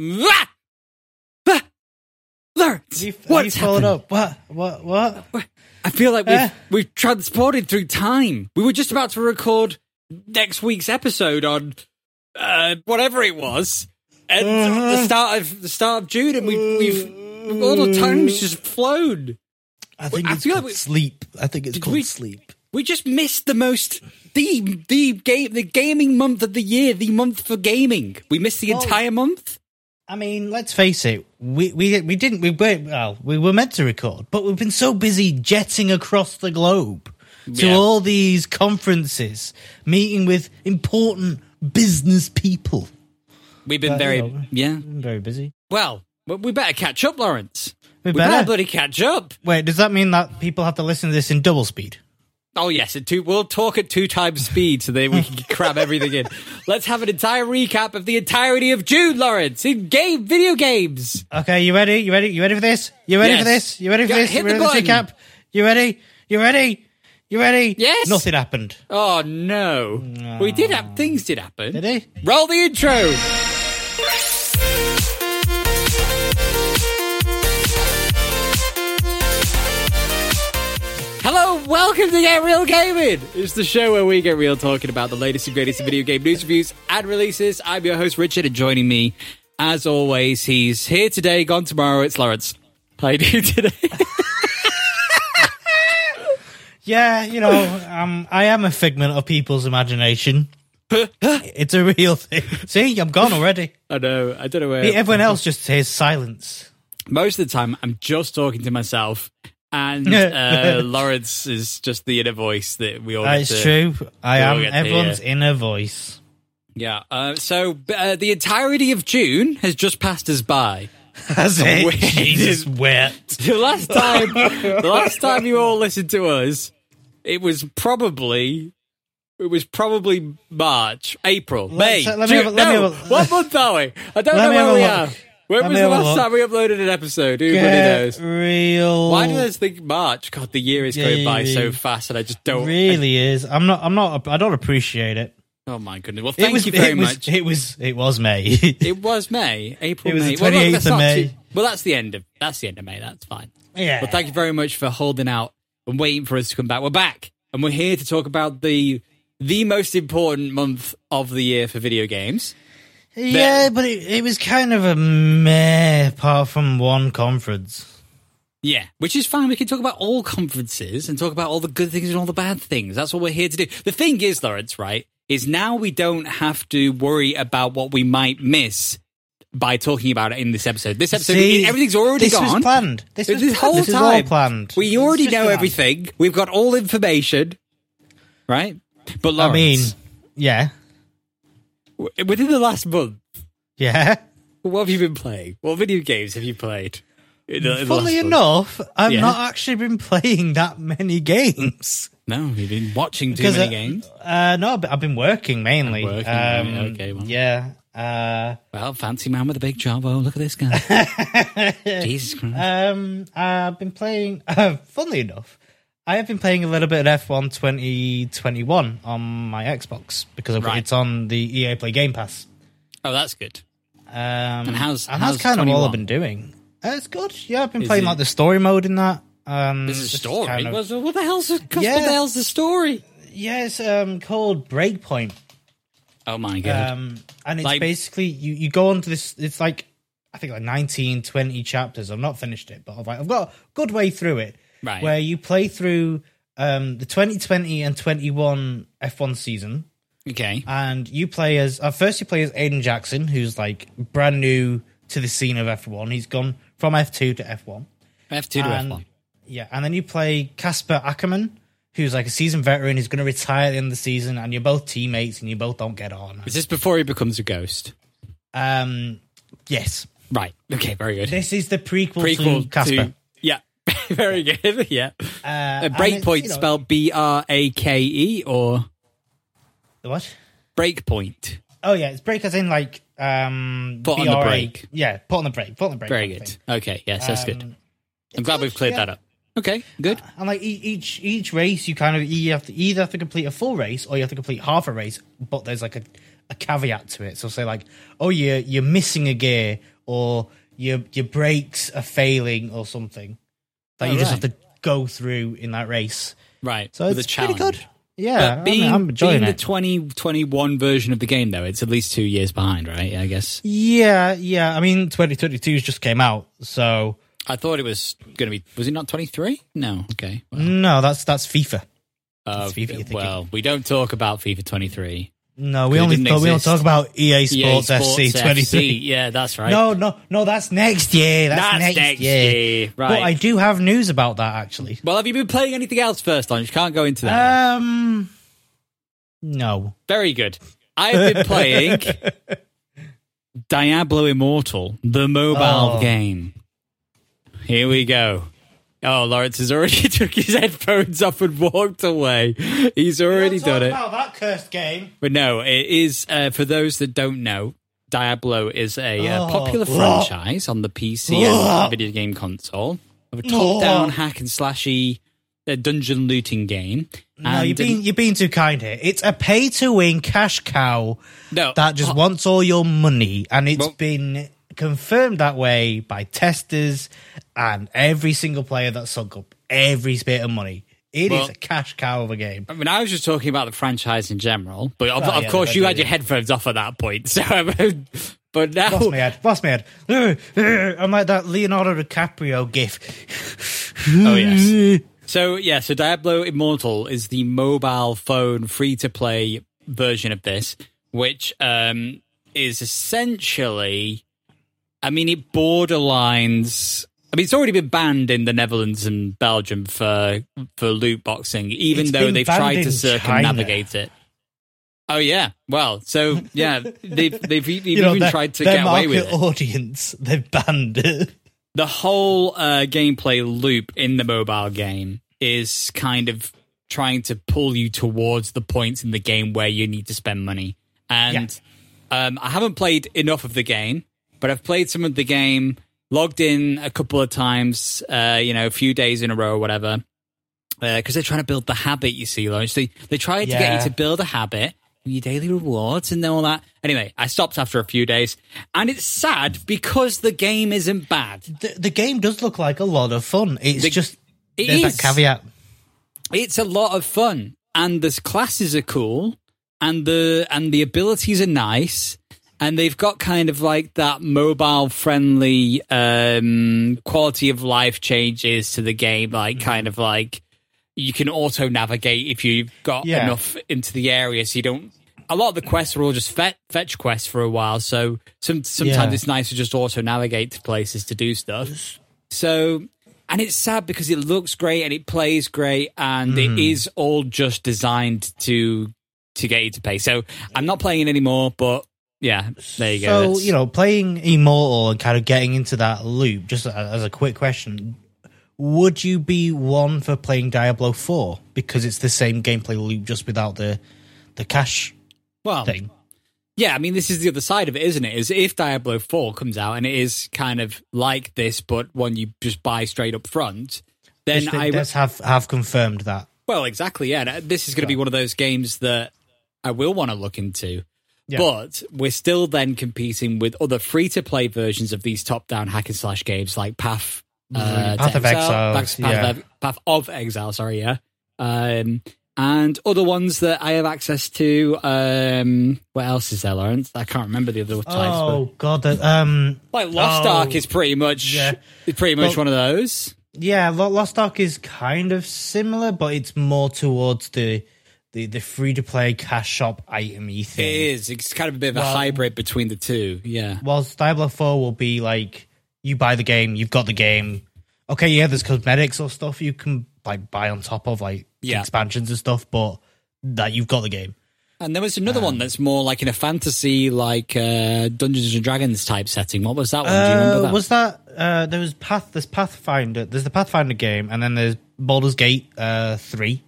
Ah! Ah! Lawrence, Leaf, what's Leaf followed happened? up. What? What? What? I feel like we've, Eh? we've transported through time. We were just about to record next week's episode on uh, whatever it was, and Mm-hmm. the start of the start of June, and we, we've all the time's just flown. I think I it's feel called like we- sleep. I think it's Did called we- sleep. We just missed the most the the game the gaming month of the year, the month for gaming. We missed the Well- entire month. I mean, let's face it. We we we didn't. We were well. We were meant to record, but we've been so busy jetting across the globe to Yeah. all these conferences, meeting with important business people. We've been That- very you know. yeah. Been very busy. Well, we- we better catch up, Lawrence. We We better better. bloody catch up. Wait, does that mean that people have to listen to this in double speed? Oh yes, at two, we'll talk at two times speed so that we can cram everything in. Let's have an entire recap of the entirety of June, Lawrence, in game video games. Okay, you ready? You ready? You ready for this? You ready Yes. for this? You ready for Go- this? hit You ready the for this button. recap? You ready? You ready? You ready? Yes. Nothing happened. Oh no, we did have things did happen. Did he? Roll the intro. Hello, welcome to Get Real Gaming. It's the show where we get real talking about the latest and greatest in video game news reviews and releases. I'm your host Richard, and joining me, as always, he's here today, gone tomorrow. It's Lawrence. How you doing today? Yeah, you know, um, I am a figment of people's imagination. it's a real thing. See, I'm gone already. I know. I don't know where. Everyone else just hears silence. most of the time I'm just talking to myself, and uh, Lawrence is just the inner voice that we all. get That's to- true. I we all am get to everyone's hear. inner voice. Yeah. Uh, so uh, the entirety of June has just passed us by. That's it. Wait. Jesus, wet. The last time, the last time you all listened to us, it was probably. It was probably March, April, May. let me have a- June- let me no, have a- what month are we? I don't Let know me have where a we look. are. When Let was me the have a last look. time we uploaded an episode? Who bloody knows? Get real. Why do I just think March? God, the year is going by so Really? fast, and I just don't. Really is. I'm not. I'm not. I don't appreciate it. oh my goodness! Well, It thank was. you very it was, much. It was. It was May. It was May, April, It was May. the Well, look, 28th that's of not May. too- well, that's the end of that's the end of May. That's fine. yeah. Well, thank you very much for holding out and waiting for us to come back. We're back, and we're here to talk about the the most important month of the year for video games. Yeah, but it, it was kind of a meh, apart from one conference. Yeah, which is fine. We can talk about all conferences and talk about all the good things and all the bad things. That's what we're here to do. The thing is, Lawrence, right, is now we don't have to worry about what we might miss by talking about it in this episode. This episode, See, everything's already this gone. was planned. This, This, was this planned. whole This is all time, planned. we It's already just know planned. everything. We've got all information, right? But I mean, Lawrence, yeah, w- within the last month, yeah. what have you been playing? What video games have you played? In the- in the last Funnily month? enough, I've Yeah. not actually been playing that many games. no, you've been watching too 'Cause, many uh, games. Uh, no, I've been- I've been working mainly. Working, um, yeah, okay, well. Yeah. Uh, Well, fancy man with a big job. Oh, look at this guy. Jesus Christ. um, I've been playing. Uh, funnily enough, I have been playing a little bit of F1 2021 on my Xbox because of- Right. it's on the EA Play Game Pass. Oh, that's good. Um, and how's- and how's that's kind of all 21? I've been doing. Uh, it's good. Yeah, I've been Is playing it- like the story mode in that. Um, There's a just story. kind of- Was- what the hell's the, what Yeah. the hell's the story? yeah, it's um, called Breakpoint, Oh my god. um, and it's Like- basically you you go onto this. It's like I think like 19, 20 chapters. I've not finished it, but I've like, I've got a good way through it. Right. where you play through um, the twenty twenty and twenty one F one season. okay. and you play as at first you play as Aiden Jackson, who's like brand new to the scene of F1. He's gone from F2 to F1. F2 to and, F1. Yeah, and then you play Casper Ackerman, who's like a seasoned veteran. He's going to retire at the end of the season, and you're both teammates, and you both don't get on. Is this before he becomes a ghost? Um, yes, Right. Okay, very good. this is the prequel, Prequel to Casper. to- uh, yeah. very good. Yeah. Uh, A and breakpoint it's, you know, spelled B R A K E or what? breakpoint. Oh yeah, it's break as in like um Put on the BRA. brake. Yeah, put on the brake. Put on the brake. Very kind of good. thing. Okay. Yes, that's Um, good. I'm glad we've cleared yeah. that up. Okay, good. And like e- each each race, you kind of you have to either have to complete a full race or you have to complete half a race. But there's like a a caveat to it. So say like, oh, you're you're missing a gear, or your your brakes are failing, or something that Oh, you just right. have to go through in that race. Right. So with it's a pretty challenge. good. Yeah, But I'm- being, I'm, enjoying being the it. 2021 version of the game, though, it's at least two years behind, right? I guess. yeah, yeah. I mean, 2022's just came out, so I thought it was going to be. Was it not 23? No. Okay. Well, no, that's that's FIFA. uh, FIFA you're thinking. well, we don't talk about FIFA 23. No, we It only didn't we don't exist. E talk about EA EA Sports, FC 23. Yeah, that's right. No, no, no. That's next year. That's, that's next, next year. year. Right. But I do have news about that actually. well, have you been playing anything else first on? You can't go into that. Um, no. Very good. I've been playing Diablo Immortal, the mobile Oh. game. Here we go. Oh, Lawrence has already took his headphones off and walked away. He's already done it. About that cursed game. But no, it is uh, for those that don't know. Diablo is a uh, Oh. popular Blah. franchise on the PC Blah. and video game console of a top-down hack and slashy uh, dungeon looting game. No, And you're being you're being too kind here. It's a pay to win cash cow no, that just oh, wants all your money, and it's Well- been confirmed that way by testers and every single player that sunk up every bit of money. It is Well- a cash cow of a game. I mean, I was just talking about the franchise in general, but of, Oh, of yeah, course, yeah, you yeah, had your yeah. headphones off at that point. So, I mean, but now, Lost my head. Lost my head. I'm like that Leonardo DiCaprio gif. oh yes. So yeah, so Diablo Immortal is the mobile phone free to play version of this, which um, is essentially, I mean, it borderlines. I mean, it's already been banned in the Netherlands and Belgium for for loot boxing, even It's though been they've banned tried to in circumnavigate it. Oh yeah, well, so yeah, they've they've e- You know, even their- tried to their get away market with it. audience, they've banned it. the whole uh, gameplay loop in the mobile game is kind of trying to pull you towards the points in the game where you need to spend money. And um, I haven't played enough of the game, but I've played some of the game, logged in a couple of times, uh, you know, a few days in a row or whatever, because they're trying to build the habit, you see, Lawrence. They, they try to get Yeah. you to build a habit, your daily rewards and all that. Anyway, I stopped after a few days, and it's sad because the game isn't bad. The, the game does look like a lot of fun. It's The- just it there's is. that caveat. it's a lot of fun and the classes are cool and the and the abilities are nice and they've got kind of like that mobile friendly um quality of life changes to the game Mm-hmm. like kind of like you can auto navigate if you've got Yeah. enough into the area so you don't a lot of the quests were all just fet- fetch quests for a while so some, sometimes Yeah. it's nice to just auto navigate to places to do stuff so and it's sad because it looks great and it plays great and Hmm. it is all just designed to to get you to pay so i'm not playing it anymore but yeah there you go So That's- you know, playing Immortal and kind of getting into that loop. Just a- as a quick question, would you be one for playing Diablo Four because it's the same gameplay loop just without the the cash well thing? Yeah, I mean, this is the other side of it, isn't it? Is if Diablo 4 comes out and it is kind of like this, but one you just buy straight up front, then Just I. let's have have confirmed that. Well, exactly, yeah. And uh, This is going to be one of those games that I will want to look into. Yeah. But we're still then competing with other free to play versions of these top down hack and slash games like Path, uh, Mm-hmm. Path to of Exile, Path, Path yeah. of, Path of Exile, sorry, yeah. Um, and other ones that I have access to. Um, what else is there, Lawrence? I can't remember the other types. Oh god, the, um, But like Lost Oh. Ark is pretty much Yeah. it's pretty much But- one of those. yeah, Lo- Lost Ark is kind of similar, but it's more towards the the, the free to play cash shop itemy It thing. is. It's kind of a bit of a hybrid between the two. Yeah. Whilst Diablo 4 will be like, you buy the game, you've got the game. Okay, yeah, there's cosmetics or stuff you can like buy on top of like Yeah. expansions and stuff, but that you've got the game. And there was another Um, one that's more like in a fantasy, like uh, Dungeons and Dragons type setting. What was that one? Do you remember Uh, that? was that uh, there was path? There's Pathfinder. There's the Pathfinder game, and then there's Baldur's Gate uh, three.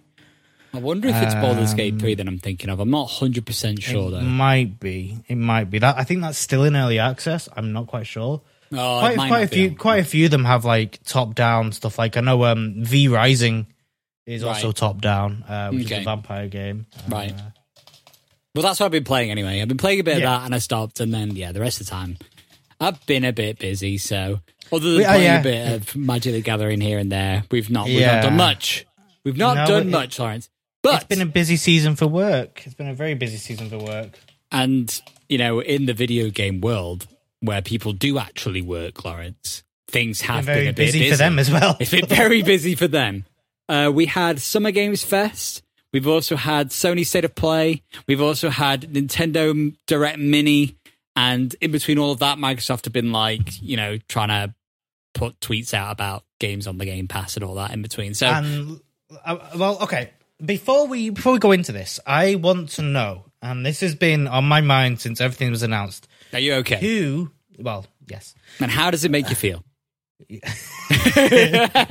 I wonder if it's Baldur's Gate 3 that I'm thinking of. I'm not 100% sure, though. Um, Might be. It might be that. I think that's still in early access. I'm not quite sure. Oh, it quite might quite a not be few. on. Quite a few of them have like top down stuff. Like I know um, V Rising is also Right. top down, uh, which is Okay. a vampire game. Right. Well, that's what I've been playing anyway. I've been playing a bit Yeah. of that and I stopped, and then yeah, the rest of the time I've been a bit busy. So other than We- oh, playing yeah. a bit of Magic the Gathering here and there, we've not we've Yeah. not done much. We've not No, done it- much, Lawrence. But It's been a busy season for work. It's been a very busy season for work. and you know, in the video game world where people do actually work, Lawrence, things have Been very been a bit busy, for them as well. It's been very busy for them. Uh, we had Summer Games Fest. We've also had Sony State of Play. We've also had Nintendo Direct Mini. And in between all of that, Microsoft have been like, you know, trying to put tweets out about games on the Game Pass and all that in between. So, And uh, well, okay. Before we before we go into this, I want to know, and this has been on my mind since everything was announced. are you okay? Who? Well, yes. And how does it make you feel?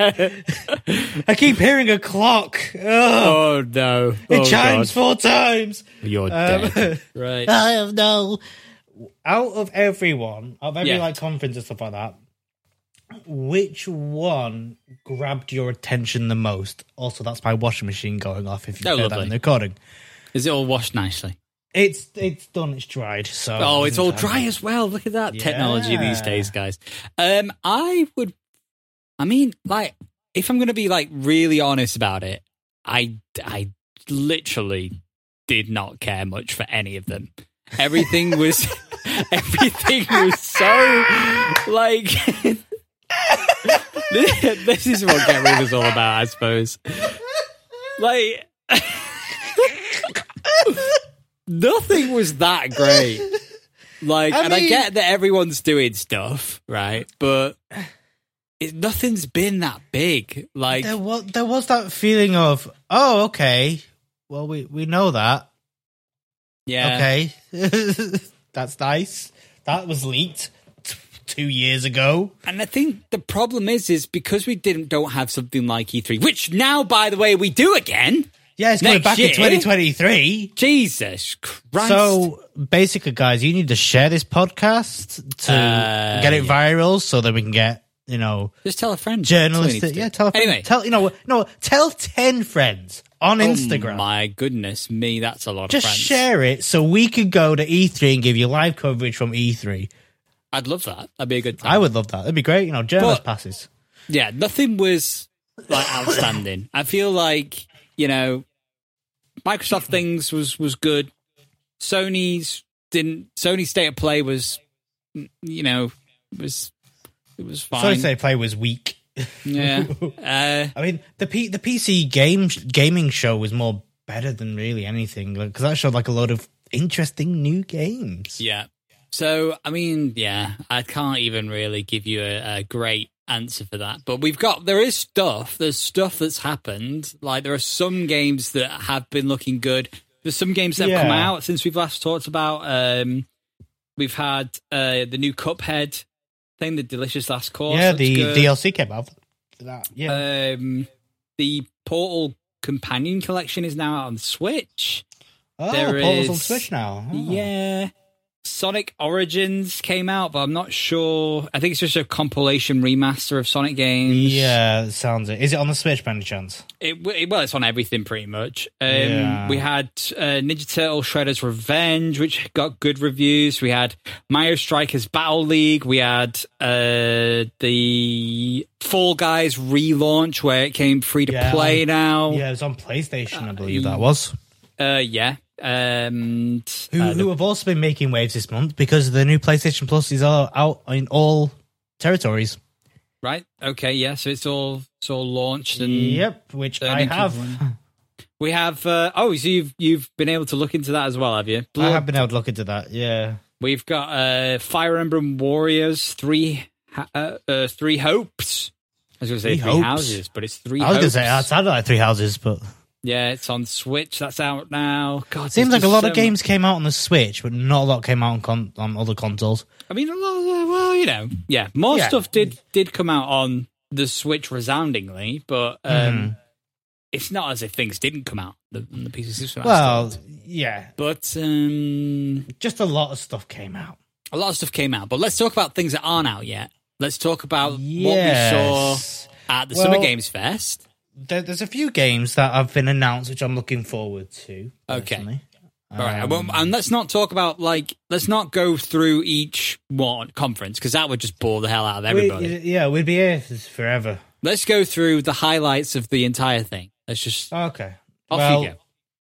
I keep hearing a clock. Ugh, Oh, no. it Oh, chimes God. Uh, four times. You're dead. Right. Um, I have no. Out of everyone, out of every Yeah. like conference and stuff like that, which one grabbed your attention the most? Also, that's my washing machine going off. If you Oh, heard that lovely. in the recording, Is it all washed nicely? it's it's done. It's dried. So Oh, it's all dry as well. Look at that technology these Yeah. days, guys. Um, I would, I mean, like, if I'm going to be like really honest about it, I, I literally did not care much for any of them. Everything was, everything was so like. this, this is what Get Rid is all about, I suppose. Like. Nothing was that great. Like, I and I mean- get that everyone's doing stuff, right? But it, nothing's been that big. Like, There was there was that feeling of oh okay, well we we know that yeah, okay, that's nice. That was leaked t- two years ago. and I think the problem is, is because we didn't don't have something like E3, which now, by the way, we do again. Yeah, it's going Next back year. in twenty twenty three. Jesus Christ! So basically, guys, you need to share this podcast to Uh, get it viral, so that we can get you know just tell a friend. journalists. That's all you need To, to yeah, do. tell a friend, anyway. Oh tell you know no, tell ten friends on Instagram. My goodness me, that's a lot Just of friends. share it so we could go to E3 and give you live coverage from E3. I'd love that. That'd be a good time. I would love that. That'd be great. You know, journalist But- passes. yeah, nothing was like outstanding. I feel like you know, Microsoft things was was good. Sony's didn't. Sony's state of play was, you know, was it was fine. Sorry to say, play was weak. Yeah. Uh, I mean, the P- the PC game gaming show was more better than really anything because that showed like a lot of interesting new games. yeah. So I mean, yeah, I can't even really give you a, a great answer for that. But we've got there is stuff. There's stuff that's happened. Like there are some games that have been looking good. There's some games that have come Yeah. out since we've last talked about. Um, we've had uh, the new Cuphead thing, the delicious last course. yeah, looks the good. DLC came out. for That yeah, um, the Portal Companion Collection is now out on Switch. oh, there Portal's on is- Switch now. Oh. Yeah. Sonic Origins came out, but I'm not sure. I think it's just a compilation remaster of Sonic games. yeah, sounds it. Is it on the Switch by any chance? It, it- well, it's on everything pretty much. Um, Yeah. We had uh, Ninja Turtle Shredder's Revenge, which got good reviews. We had Mario Strikers Battle League. We had uh, the Fall Guys relaunch, where it came free to Yeah. play now. Yeah, it was on PlayStation, I believe that was. Uh, yeah. Um, t- Who, uh, the- who have also been making waves this month because the new PlayStation Plus is all out in all territories. right? Okay. Yeah. So it's all it's all launched and Yep, which I Turning to have. one. We have. Uh, oh, so you've you've been able to look into that as well, have you? I have been able to look into that. Yeah. We've got uh, Fire Emblem Warriors three ha- uh, uh, three hopes. I was going to say Three three hopes? houses, but it's three. I was going to hopes. say, I sounded like Three Houses, but. yeah, it's on Switch. That's out now. God, Seems there's like a just lot so of mu- games came out on the Switch, but not a lot came out on, con- on other consoles. I mean, a lot. Of, uh, well, you know, yeah, more Yeah. stuff did did come out on the Switch resoundingly, but um, Mm-hmm. it's not as if things didn't come out on the, on the PC. Well, yeah, but um, just a lot of stuff came out. a lot of stuff came out, but let's talk about things that aren't out yet. Let's talk about what we saw Yes. at the Well- Summer Games Fest. There, there's a few games that have been announced, which I'm looking forward to. Okay. personally. Um, All right, I won't, and let's not talk about like let's not go through each one conference because that would just bore the hell out of We- everybody. yeah, we'd be here forever. Let's go through the highlights of the entire thing. Let's just Okay. off well, you go.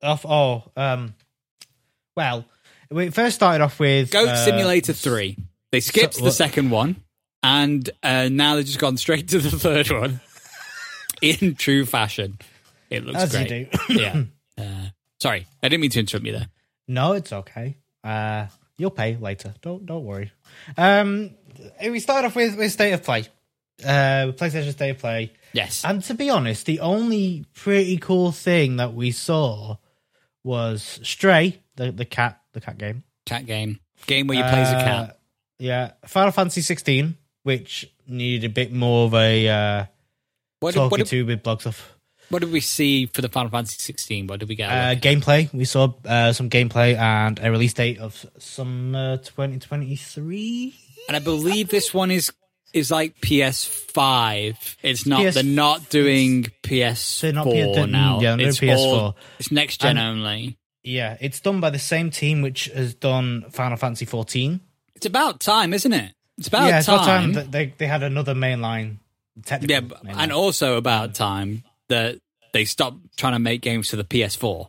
Off. Oh, um, well, we first started off with Goat uh, Simulator Three. They skipped the what- second one, and uh, now they've just gone straight to the third one in true fashion. It looks As you great. do. yeah. Uh, sorry, I didn't mean to interrupt you there. No, it's okay. Uh, you'll pay later. Don't don't worry. Um, we start off with, with State of Play, uh, PlayStation State of Play, Yes. and to be honest, the only pretty cool thing that we saw was Stray, the, the cat, the cat game. cat game. Game where you play as a Uh, cat. Yeah, Final Fantasy 16, which needed a bit more of a uh, What did, talking what, did, to with blog stuff. what did we see for the Final Fantasy 16? What did we get? Uh, gameplay. We saw uh, some gameplay and a release date of summer 2023. and I believe this one is is like PS5. It's not. PS they're not doing PS4 They're not P- they're- mm, now. yeah, they're it's PS4. all- it's next gen only. Yeah, it's done by the same team which has done Final Fantasy 14. It's about time, isn't it? It's about yeah, it's about Oh, time. that they they had another mainline. Technical yeah, b- mainline. and also about time that they stopped trying to make games for the PS4.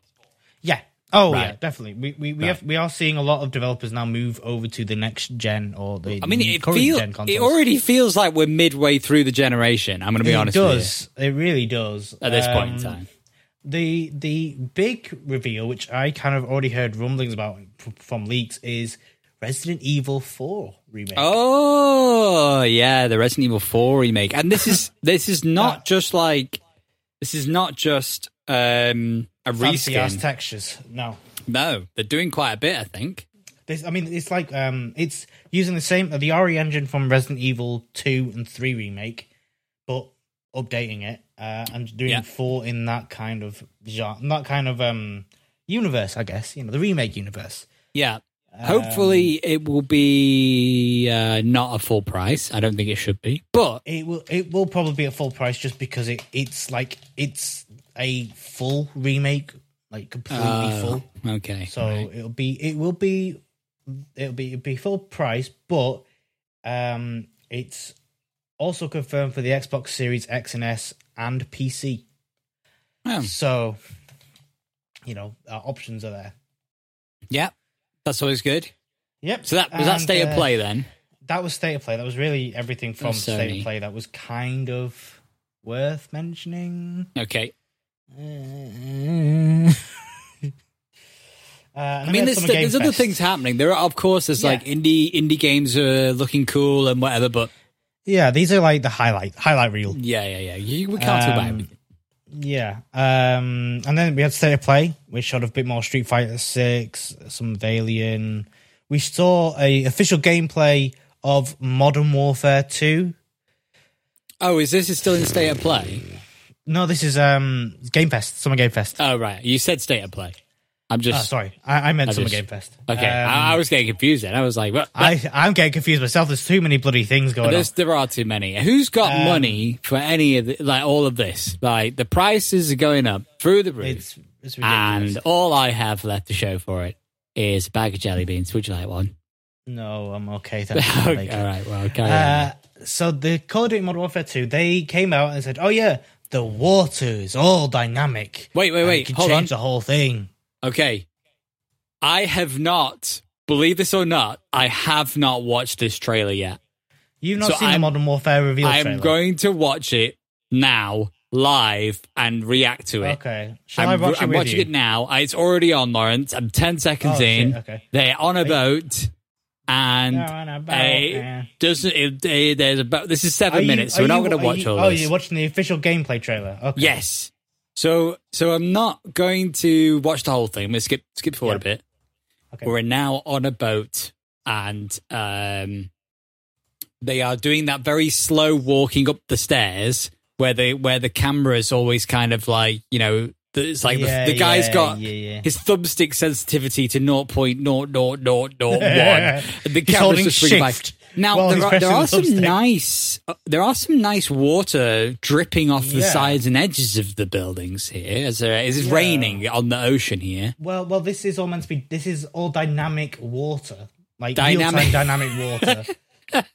yeah. Oh yeah, Right. definitely. We we we, have, we are seeing a lot of developers now move over to the next gen or the I mean, it current feels Mm, gen consoles. it already feels like we're midway through the generation. I'm going to be It honest. with you, does. It really does. at this point in Um, time. The the big reveal, which I kind of already heard rumblings about f- from leaks, is Resident Evil Four remake. Oh yeah, the Resident Evil Four remake, and this is this is not just like this is not just um a Fancy ass reskin. textures. No, no, they're doing quite a bit. I think. This, I mean, it's like um, it's using the same the RE engine from Resident Evil two and three remake, but updating it uh, and doing Yeah. four in that kind of genre, in that kind of um universe, I guess. You know, the remake universe. Yeah. Um, Hopefully, it will be uh, not a full price. I don't think it should be, but It will it will probably be at full price just because it it's like it's a full remake, like completely Oh. full. uh, okay. So it'll be it will be it'll be it'll be full price, but um it's also confirmed for the Xbox Series X and S and PC. Oh, So you know, our options are there. yeah, that's always good. Yep. So that was that And, state of uh, play then. That was state of play. That was really everything from Oh, state Sony. of play that was kind of worth mentioning. Okay. Uh, Mm. I mean, there's, there's other things happening. There are, of course, there's like Yeah. indie indie games are looking cool and whatever, but Yeah, these are like the highlight highlight reel. Yeah, yeah, yeah. You, we can't talk about Um, everything. Yeah. Um, and then we had State of Play, which showed a bit more Street Fighter Six, some of Alien. We saw a official gameplay of Modern Warfare Two. Oh, is this is still in state of play? No, this is um Game Fest, Summer Game Fest. Oh, right. You said state of play. I'm Oh, just sorry, I, I meant Summer just- Game Fest. okay. Ah. Um, I, I was getting confused then. I was like, what? I I'm getting confused myself. There's too many bloody things going on. Um, There's, there are too many. Who's got money for any of the, like all of this? Like the prices are going up through the roof, It's it's ridiculous. and all I have left to show for it is a bag of jelly beans. Would you like one? no, I'm okay. Thank you. Okay, Thank you. all right. Well, carry on. Uh, so the Call of Duty Modern Warfare 2, they came out and said, "Oh yeah, the water is all dynamic. Wait, wait, And wait, It can hold change on. the whole thing." Okay. I have not, believe this or not, I have not watched this trailer yet. You've not So seen I'm- the Modern Warfare reveal I'm trailer. going to watch it now, live, and react to it. Okay, shall I'm, i watch I'm it with watching you? it now. I- It's already on, Lawrence. I'm 10 seconds Oh, shit, in. okay. They're on a boat, and They're on a boat, it yeah. doesn't. It, eh, there's a boat. This is Are seven you- minutes, are so we're not you- going to are watch you- all Oh, this. you're watching the official gameplay trailer. Okay. Yes. So so I'm not going to watch the whole thing. I'm gonna skip skip forward a bit. Okay. We're now on a boat and um they are doing that very slow walking up the stairs where they where the camera is always kind of like, you know, that it's like Yeah, the, the guy's yeah, got yeah, yeah. his thumbstick sensitivity to 0.00001. and the He's camera's holding just swinging back. shift Now while there he's are, there pressing are the some thumbstick. nice uh, there are some nice water dripping off the Yeah. sides and edges of the buildings here as there- as it's raining on the ocean here. Well, well, this is all meant to be. This is all dynamic water, like Dynamic- dynamic dynamic water.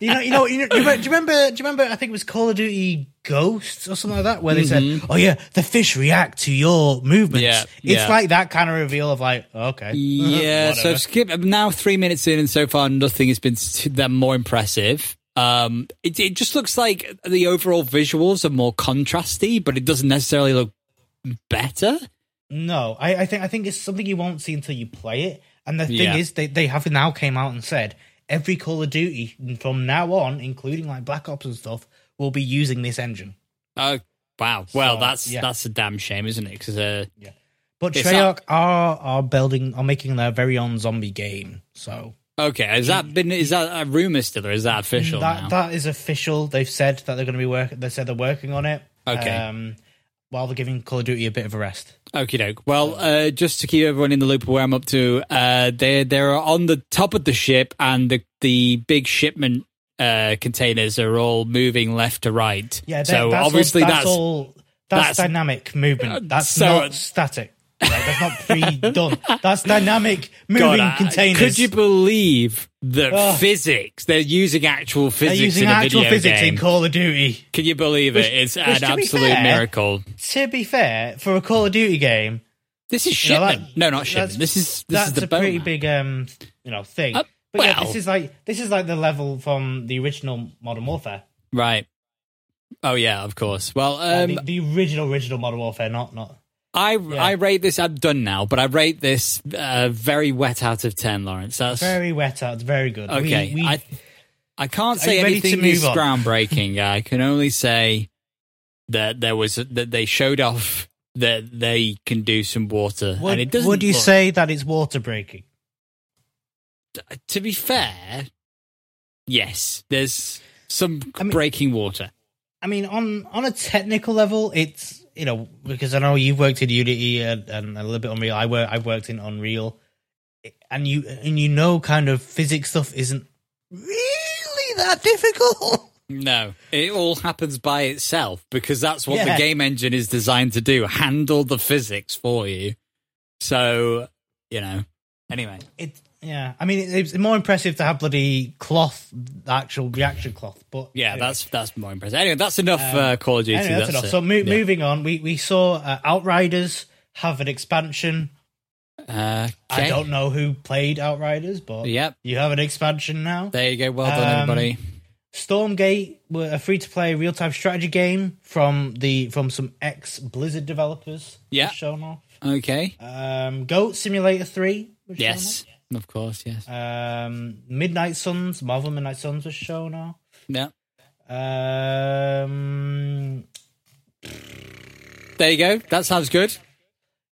you know, you know, you know. Do you remember? Do you remember? Do you remember? I think it was Call of Duty Ghosts or something like that, where they said, "Oh yeah, the fish react to your movements." Mm-hmm. Yeah, yeah. it's like that kind of reveal of like, okay, Uh-huh. Yeah, so I've Whatever. skipped I'm now three minutes in, and so far nothing has been s- that more impressive. Um, it, it just looks like the overall visuals are more contrasty, but it doesn't necessarily look better. No, I, I think I think it's something you won't see until you play it. And the thing Yeah. is, they they have now came out and said every Call of Duty from now on, including like Black Ops and stuff, will be using this engine. Oh wow! Well, So, that's yeah. that's a damn shame, isn't it? Because uh, But It's Treyarch are are building are making their very own zombie game. So okay, has that been is that a rumor still, or is Mm, that official that now? that is official. They've said that they're going to be work. They said they're working on it. Okay. Um, while they're giving Call of Duty a bit of a rest. Okie doke. Well, uh, just to keep everyone in the loop of where I'm up to, uh, they're, they're on the top of the ship, and the, the big shipment uh, containers are all moving left to right. Yeah. that- so that's obviously all, that's, that's. all. That's, that's- Uh, dynamic movement. That's so- not static. Right? That's not pre-done. that's dynamic moving God, I- containers. Uh, could you believe that Ugh. physics? They're using actual They're physics using in a actual video physics game. in Call of Duty. Can you believe it? It's which, an to be absolute fair, miracle. To be fair, for a Call of Duty game, This is You know, shipment. that- no, not that's- shipment. This is this that's is the a pretty bone. big um you know thing. Uh, but yeah, well. this is like this is like the level from the original Modern Warfare. right. Oh yeah, of course. Well, Like, um, the, the original original Modern Warfare, not not. I I rate this. I'm done now, but I rate this uh, very wet out of ten, Lawrence. That's Very wet out. It's very good. We- okay. we- I I can't Are say you ready to anything is move on? groundbreaking. I can only say that there was that they showed off that they can do some water, would, and it doesn't. would you look- say that it's water breaking? To be fair, yes. There's some mean- breaking water. I mean, on on a technical level, it's you know because I know you've worked in Unity and, and a little bit Unreal. I work I've worked in Unreal, and you and you know kind of physics stuff isn't really that difficult. No, it all happens by itself because that's what the Yeah. game engine is designed to do handle the physics for you. So, you know, anyway. It yeah. I mean, it, it's more impressive to have bloody cloth, the actual reaction cloth. But Yeah, anyway. Um, that's that's more impressive. Anyway, that's enough uh, Call of Duty. Anyway, that's, enough. it. So mo- Yeah. moving on, we we saw uh, Outriders have an expansion. Uh, I don't know who played Outriders, but Yep. you have an expansion now. There you go. Well done, Um, everybody. Stormgate were a free-to-play real-time strategy game from the from some ex-Blizzard developers. Yeah. was shown off. Okay. Um, Goat Simulator Three. Was yes. Of course. Yes. Shown off. Um, Midnight Suns, Marvel Midnight Suns was shown off. yeah. Um, There you go. That sounds good.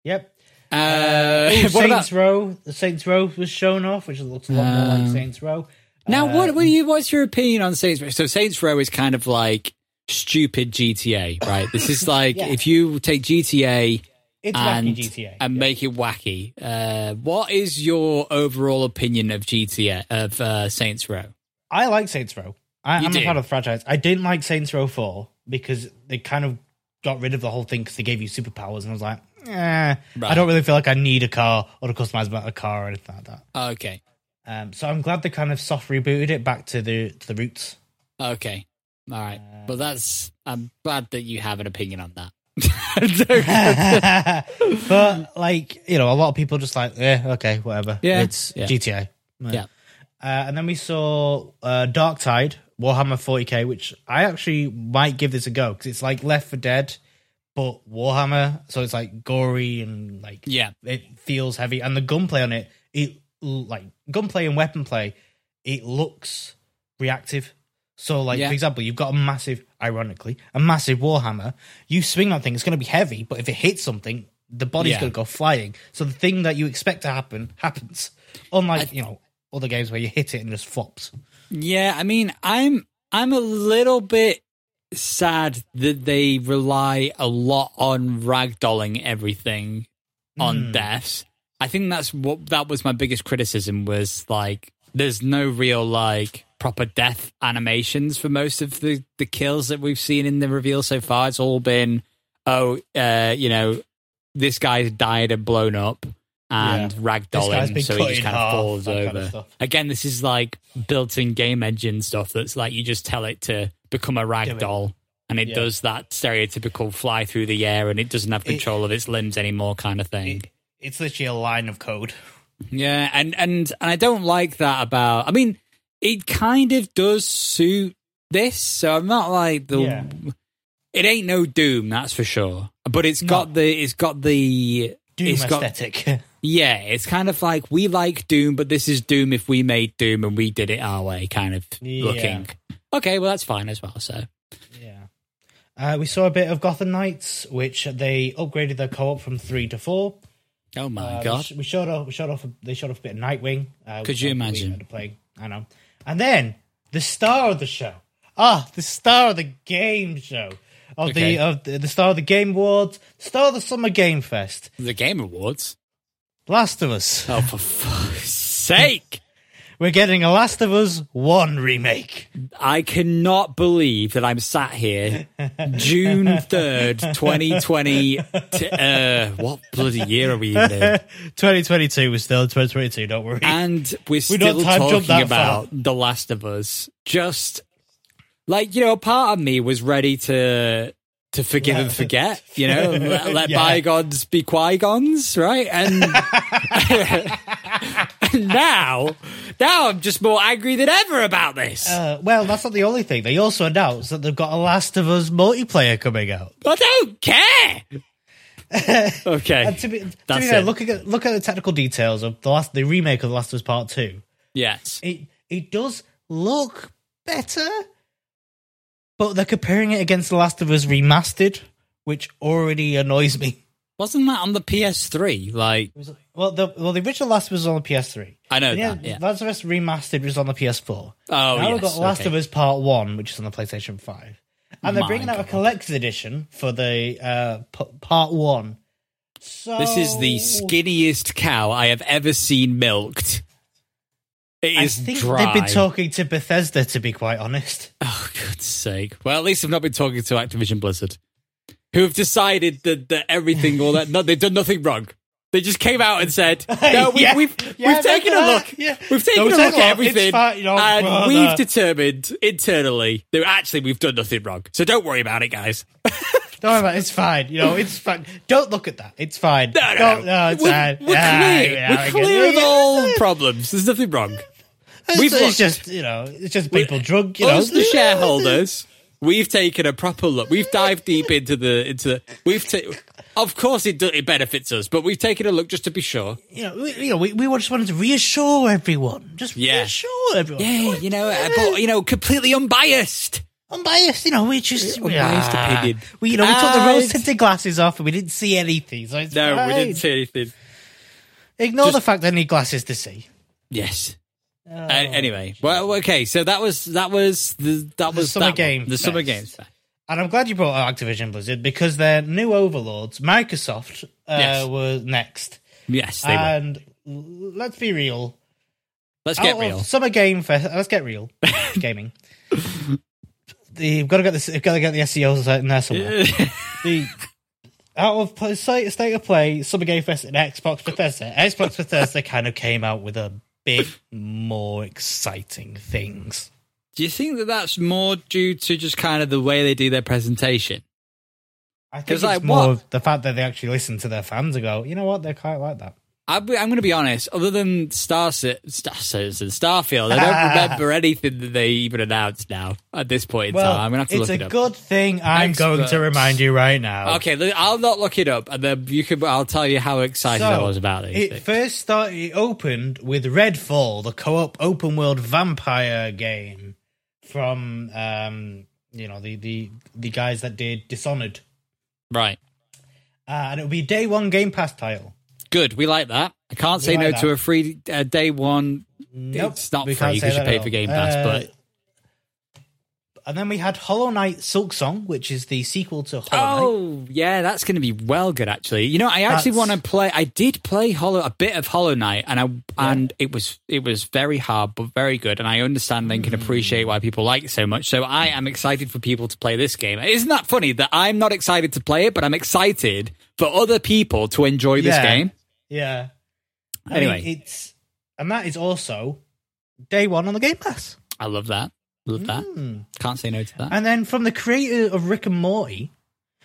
yep. Uh, Ooh, what Saints about Um, Row. The Saints Row was shown off, which looks a lot more like Saints Row. now? What? What? do you, what's your opinion on Saints Row? So Saints Row is kind of like stupid GTA, right? This is like Yeah. if you take GTA It's and, wacky GTA. and make it wacky. Uh, what is your overall opinion of GTA of uh, Saints Row? I like Saints Row. I, You I'm do. a fan of the franchise. I didn't like Saints Row 4 because they kind of got rid of the whole thing because they gave you superpowers, and I was like, eh, I don't really feel like I need a car or to customize a car or anything like that. Okay, Um, so I'm glad they kind of soft rebooted it back to the to the roots. okay, all right. well, that's I'm glad that you have an opinion on that. but like you know, a lot of people just like, yeah, okay, whatever. Yeah. it's Yeah. GTA. Yeah. Uh, and then we saw uh, Dark Tide, Warhammer 40k, which I actually might give this a go because it's like Left for Dead, but Warhammer. So it's like gory and like yeah, it feels heavy, and the gunplay on it, it l- like gunplay and weapon play, it looks reactive. So, like Yeah. for example, you've got a massive, ironically, a massive warhammer. You swing that thing; it's going to be heavy, but if it hits something, the body's Yeah. going to go flying. So the thing that you expect to happen happens. Unlike you know other games where you hit it and just flops. yeah. I mean, I'm I'm a little bit sad that they rely a lot on ragdolling everything Hmm. on deaths. I think that's what that was my biggest criticism was like there's no real like proper death animations for most of the the kills that we've seen in the reveal so far. It's all been oh uh you know this guy's died and blown up and Yeah. This ragdolling guy's been so cut he just in kind of half, falls that over. kind of stuff. Again, this is like built-in game engine stuff that's like you just tell it to become a it. ragdoll and it Yeah. does that stereotypical fly through the air and it doesn't have control of its limbs anymore kind of thing. It's literally a line of code. Yeah, and and and I don't like that about. I mean, it kind of does suit this, so I'm not like the. Yeah. It ain't no Doom, that's for sure. But it's got the it's got the Doom it's got aesthetic. yeah. It's kind of like we like Doom, but this is Doom if we made Doom and we did it our way, kind of Yeah. looking. Okay, well that's fine as well. So yeah. Uh, we saw a bit of Gotham Knights, which they upgraded their co-op from three to four. oh my Uh, god, we, sh- we showed off. We showed off. They showed off a bit of Nightwing. Uh, Could you imagine? Playing. I know. And then the star of the show. Ah, the star of the game show. Of Okay. the of the, the star of the game awards, star of the summer game fest, the Game Awards. Last of Us. Oh for fuck's sake! We're getting a Last of Us one remake. I cannot believe that I'm sat here June 3rd, 2020. T- uh, what bloody year are we in? here? 2022 was still 2022. Don't worry. And we're don't still time talking jump that far. about The Last of Us. Just like, you know, a part of me was ready to. To forgive and forget, you know, let, let Yeah. bygones be quigons, right? And, and now, now I'm just more angry than ever about this. Uh, well, that's not the only thing. They also announced that they've got a Last of Us multiplayer coming out. I don't care. And okay. to be, to That's be fair, it. look at look at the technical details of the last the remake of The Last of Us Part Two. Yes. It it does look better, but they're comparing it against The Last of Us Remastered, which already annoys me. Wasn't that on the PS3? Like, It was- Well, the well the original Last of Us was on the PS3. I know Yeah, that. Oh, Yeah. Last of Us Remastered was on the PS4. Oh, now yes. we've got Last okay. of Us Part One, which is on the PlayStation Five, and they're My bringing out God. a collector's edition for the uh, p- Part One. So This is the Oh. skinniest cow I have ever seen milked. It I is think dry. they've been talking to Bethesda, to be quite honest. oh, God's sake. Well, at least I've not been talking to Activision Blizzard, who have decided that, that everything, all that, no, they've done nothing wrong. They just came out and said, "No, we, Yeah. we've Yeah, we've taken a remember look. that? Yeah. We've taken No, we a look took a at look. It's everything, fine, you know, uh, and brother. we've determined internally that actually we've done nothing wrong. So don't worry about it, guys. Don't worry about it. It's fine. You know, it's fine. Don't look at that. It's fine. No, no, Don't- no, it's we're, fine. we're Ah, clear. yeah, we're I get clear it. of all problems. There's nothing wrong. It's, We've it's looked. just you know, it's just people drunk. You know, Us, the shareholders, we've taken a proper look. We've dived deep into the into. The, we've ta- of course it do, it benefits us, but we've taken a look just to be sure. You know, we, you know, we, we just wanted to reassure everyone. Just Yeah. reassure everyone. Yeah, you know, uh, but you know, completely unbiased. unbiased, you know, we just Unbiased Ah. opinion. We you know, we took the Eyes. rose tinted glasses off and we didn't see anything. So it's No, we fine. didn't say anything. Ignore the fact they need glasses to see. Yes. Oh, A- anyway, well, okay. So that was that was the that was summer that one. game The summer games. fest. And I'm glad you brought up Activision Blizzard because their new overlords, Microsoft, uh, Yes. were next. Yes, they were. And l- let's be real. Let's get Uh, Out of real. Summer game fest. uh, Let's get real. Gaming. You've got to get this. You've got to get the SEOs in there somewhere. the out of play, state, state of play Summer Game Fest and Xbox Bethesda. Xbox Bethesda kind of came out with a bit more exciting things. Do you think that that's more due to just kind of the way they do their presentation? I think 'Cause, it's like, more what- of the fact that they actually listen to their fans and go, you know what, they're quite like that. I, I'm going to be honest. Other than Star, Ci- Star Citizen, Starfield, I don't remember anything that they even announced now at this point in time. uh, I'm going to have to it's look it a up. good thing I'm going to Xbox. remind you right now. okay, look, I'll not look it up, and then you can. I'll tell you how excited I was about these it things. first started. It opened with Redfall, the co-op open world vampire game from um, you know the the the guys that did Dishonored. right, Uh, and it'll be day one Game Pass title. good. We like that. I can't say like no to that. a free uh, day one. Nope, it's not we free can't say because you that pay at for all. Game Pass, Uh, but and then we had Hollow Knight Silk Song, which is the sequel to Hollow Knight. Oh, yeah, that's going to be well good actually. You know, I actually That's- want to play I did play Hollow a bit of Hollow Knight and I and it was it was very hard but very good and I understand and can appreciate why people like it so much. So I am excited for people to play this game. Isn't that funny that I'm not excited to play it but I'm excited for other people to enjoy this Yeah. game? Yeah. Anyway. it's and that is also day one on the Game Pass. I love that. Love that. Hmm. Can't say no to that. And then from the creator of Rick and Morty,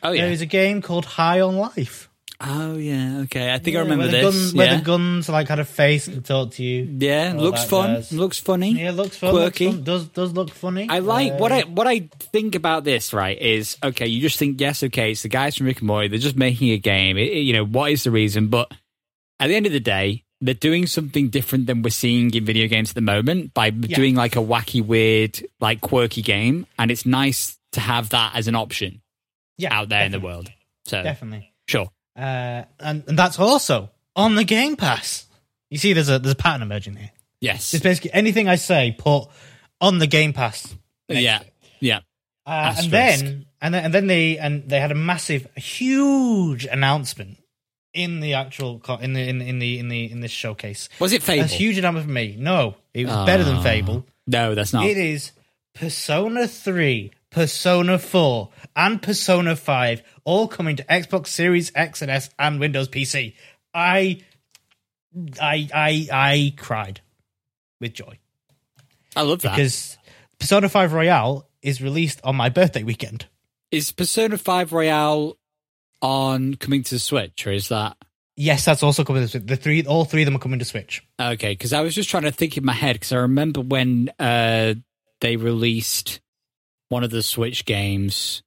Oh yeah. there is a game called High on Life. oh yeah. Okay. I think I Yeah, remember where the this. Gun, Where yeah. the guns like had a face and talked to you. yeah, all looks that fun. jazz. Looks funny. Yeah, looks fun. looks Quirky. fun, Does does look funny. I like what Uh, I what I think about this. Right, is okay. You just think yes, okay. It's the guys from Rick and Morty. They're just making a game. It- it- you know what is the reason? But at the end of the day, they're doing something different than we're seeing in video games at the moment by doing like a wacky, weird, like quirky game, and it's nice to have that as an option yeah, out there in the definitely, world. So Definitely. sure, Uh, and, and that's also on the Game Pass. You see, there's a there's a pattern emerging here. yes, It's basically anything I say put on the Game Pass, yeah, yeah. uh, and Asterisk. then and then and then they and they had a massive, huge announcement in the actual co- in the in the in the in the in this showcase. Was it A Fable? Ah. huge announcement for me. No, it was better than Fable. no, that's not. It is Persona 3, Persona 4, and Persona 5, all coming to Xbox Series X and S and Windows PC. I I I I cried with joy. I love that. Because Persona 5 Royale is released on my birthday weekend. Is Persona Five Royale on coming to the Switch, or is that? Yes, that's also coming to Switch. The three all three of them are coming to Switch. Okay, because I was just trying to think in my head because I remember when uh, they released one of the Switch games,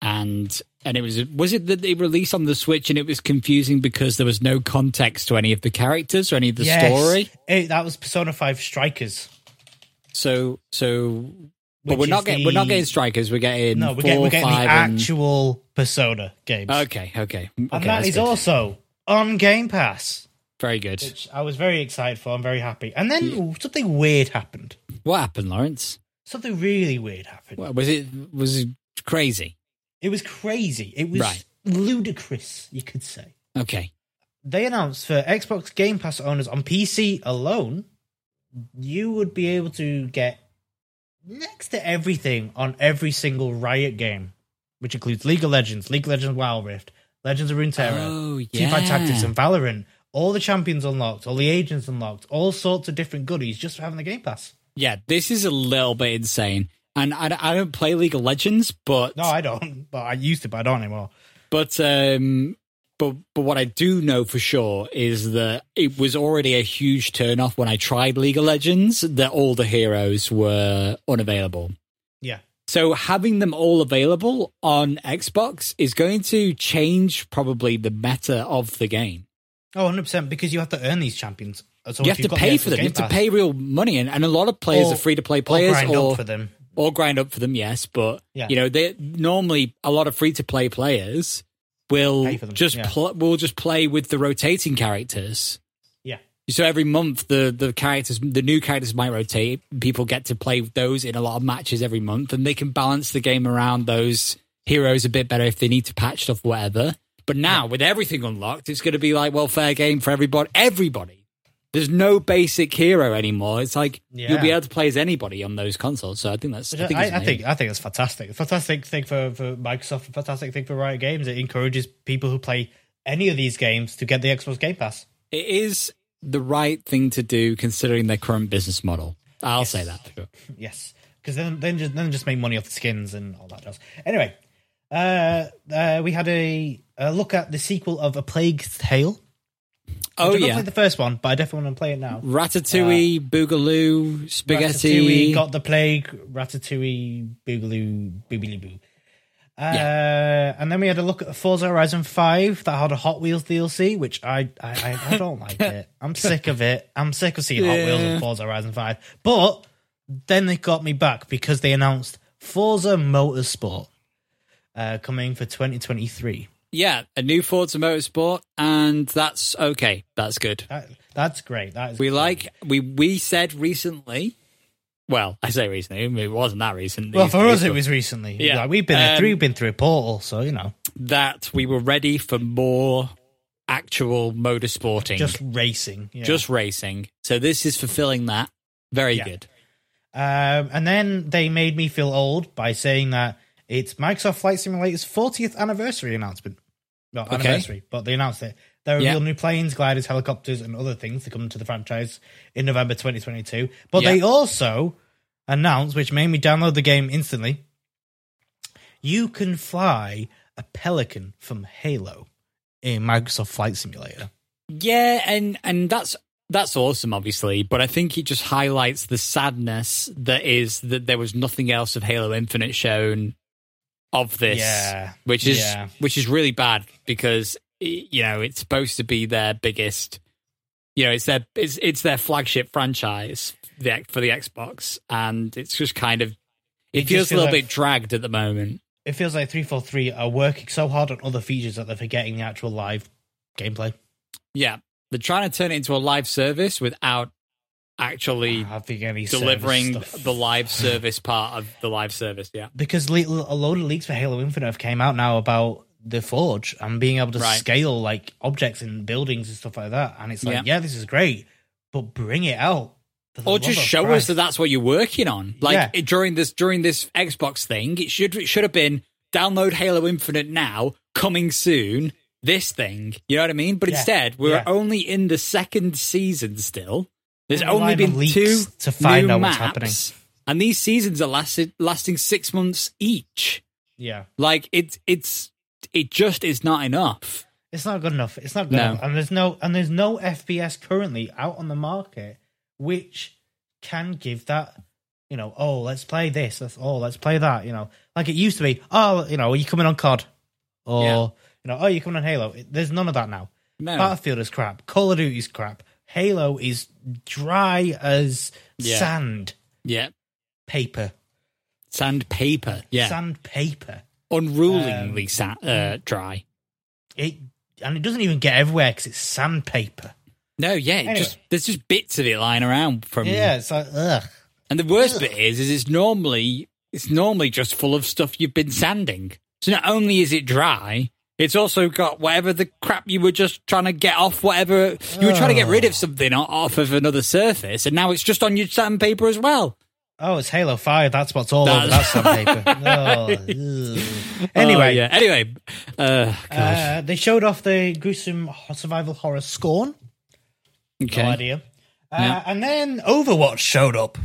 and and it was was it that they released on the Switch and it was confusing because there was no context to any of the characters or any of the Yes. story. Eh, that was Persona 5 Strikers. So so, but Which we're not is getting we're not the- getting strikers. We're getting No, four, we're getting, we're getting the five, and- actual Persona games. okay, okay, okay. and that that's is good. also on Game Pass. very good. which I was very excited for. I'm very happy. And then something weird happened. What happened, Lawrence? Something really weird happened. What- Was it was it crazy? it was crazy. It was Right. ludicrous, you could say. Okay, They announced for Xbox Game Pass owners on PC alone, you would be able to get next to everything on every single Riot game, which includes League of Legends, League of Legends Wild Rift, Legends of Runeterra, Oh, Teamfight yeah. Tactics, and Valorant. All the champions unlocked, all the agents unlocked, all sorts of different goodies just for having the Game Pass. Yeah, this is a little bit insane. And I, I don't play League of Legends, but No, I don't. But I used to, but I don't anymore. but um but but what I do know for sure is that it was already a huge turnoff when I tried League of Legends that all the heroes were unavailable. Yeah. So having them all available on Xbox is going to change probably the meta of the game. Oh, 100%, because you have to earn these champions. So if You have you've to got the pay Xbox for them. You Game have to Pass, pay real money, and, and a lot of players Or- are free to play or players grind or up for them. or grind up for them, yes. But Yeah. you know, they normally a lot of free to play players will Pay for them, just yeah. pl- will just play with the rotating characters. Yeah. So every month, the the characters, the new characters might rotate. People get to play those in a lot of matches every month, and they can balance the game around those heroes a bit better if they need to patch stuff, whatever. But now with everything unlocked, it's going to be like well, fair game for everybody. Everybody. There's no basic hero anymore. It's like you'll be Yeah. able to play as anybody on those consoles. So I think that's. I I, think, it's I, amazing. think I think that's fantastic. Fantastic thing for, for Microsoft, fantastic thing for Riot Games. It encourages people who play any of these games to get the Xbox Game Pass. it is the right thing to do considering their current business model. I'll say that. for sure. Yes. Because then, then, just, then just make money off the skins and all that jazz. Anyway, uh, uh, we had a, a look at the sequel of A Plague's Tale. Oh I did not yeah, play the first one, but I definitely want to play it now. Ratatouille, Boogaloo, Spaghetti. Uh, Ratatouille got the plague. Ratatouille, Boogaloo, Boobily Boo. Uh, And then we had a look at Forza Horizon 5 that had a Hot Wheels DLC, which I I, I, I don't like it. I'm sick of it. I'm sick of seeing Hot Wheels and Forza Horizon 5. But then they got me back because they announced Forza Motorsport uh, coming for 2023. yeah, a new Forza Motorsport, and that's okay. That's good. That, that's great. That is We like we we said recently Well, I say recently, it wasn't that recent. Well, these for days, us, it but was recently. Yeah. Like, we've been Um, through, we've been through a portal, so you know, that we were ready for more actual motorsporting, just just, racing. Yeah. just racing. So this is fulfilling that. Very Yeah. good. Um, and then they made me feel old by saying that it's Microsoft Flight Simulator's 40th anniversary announcement. Not Okay. anniversary, but they announced it. There will Yeah. real new planes, gliders, helicopters, and other things to come to the franchise in November 2022. But Yeah. they also announced, which made me download the game instantly, you can fly a pelican from Halo in Microsoft Flight Simulator. Yeah, and and that's that's awesome, obviously. But I think it just highlights the sadness that is that there was nothing else of Halo Infinite shown of this, Yeah, which is yeah. which is really bad because y- you know it's supposed to be their biggest, you know, it's their it's it's their flagship franchise the- for the Xbox, and it's just kind of it, It just feels a little feels like- bit dragged at the moment. It feels like 343 are working so hard on other features that they're forgetting the actual live gameplay. Yeah, they're trying to turn it into a live service without actually I think any service delivering stuff. the live service part of the live service. Yeah, because le- a load of leaks for Halo Infinite have came out now about the forge and being able to Right. scale like objects and buildings and stuff like that. And it's like, Yeah. yeah, this is great, but bring it out. For the or love just of show us Christ. that that's what you're working on. Like Yeah. it- during this during this Xbox thing, it should it should have been download Halo Infinite now, coming soon. This thing, you know what I mean? But Yeah. instead, we're Yeah. only in the second season still. There's We're only relying on been leaks two to find new out what's maps, happening. and these seasons are lasted, lasting six months each. Yeah, Like it's it's it just is not enough. it's not good enough. It's not good No. enough. And there's no and there's no FPS currently out on the market which can give that. You know, oh, let's play this. Let's, oh, let's play that. You know, like it used to be. Oh, you know, are you coming on COD? Or Yeah. you know, oh, you coming on Halo? It- There's none of that now. No. Battlefield is crap. Call of Duty is crap. Halo is dry as Yeah. sand yeah. paper. Sandpaper. Yeah. Sandpaper. Um, Unrulingly sa- uh, dry. It and it doesn't even get everywhere because it's sandpaper. No, yeah, it Anyway. just there's just bits of it lying around from Yeah, it's like ugh. And the worst bit is is it's normally it's normally just full of stuff you've been sanding. So not only is it dry, it's also got whatever the crap you were just trying to get off whatever you were trying to get rid Ah. of something o- off of another surface and now it's just on your sandpaper as well. Oh, it's Halo Five. That's what's all over that That's- sandpaper. oh, ugh. anyway, Oh, yeah. Anyway, uh, gosh. uh, they showed off the gruesome ho- survival horror Scorn. okay. No idea. Uh, Yeah. And then Overwatch showed up.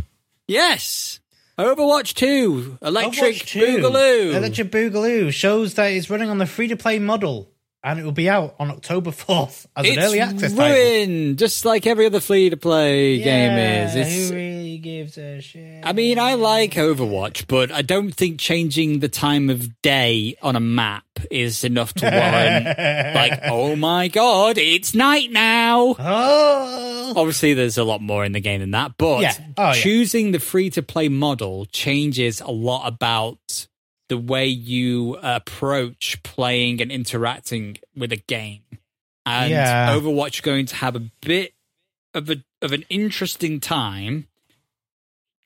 Yes. Overwatch 2, Electric Overwatch 2. Boogaloo. Electric Boogaloo shows that it's running on the free to play model and it will be out on October 4th as it's an early access title. ruined, just like every other free to play Yeah, game is. who It's, really gives a shit? I mean, I like Overwatch, but I don't think changing the time of day on a map is enough to warrant, like, oh my god, it's night now. Oh! Obviously, there's a lot more in the game than that, but Yeah. Oh, yeah. choosing the free to play model changes a lot about the way you approach playing and interacting with a game. And Yeah. Overwatch going to have a bit of a of an interesting time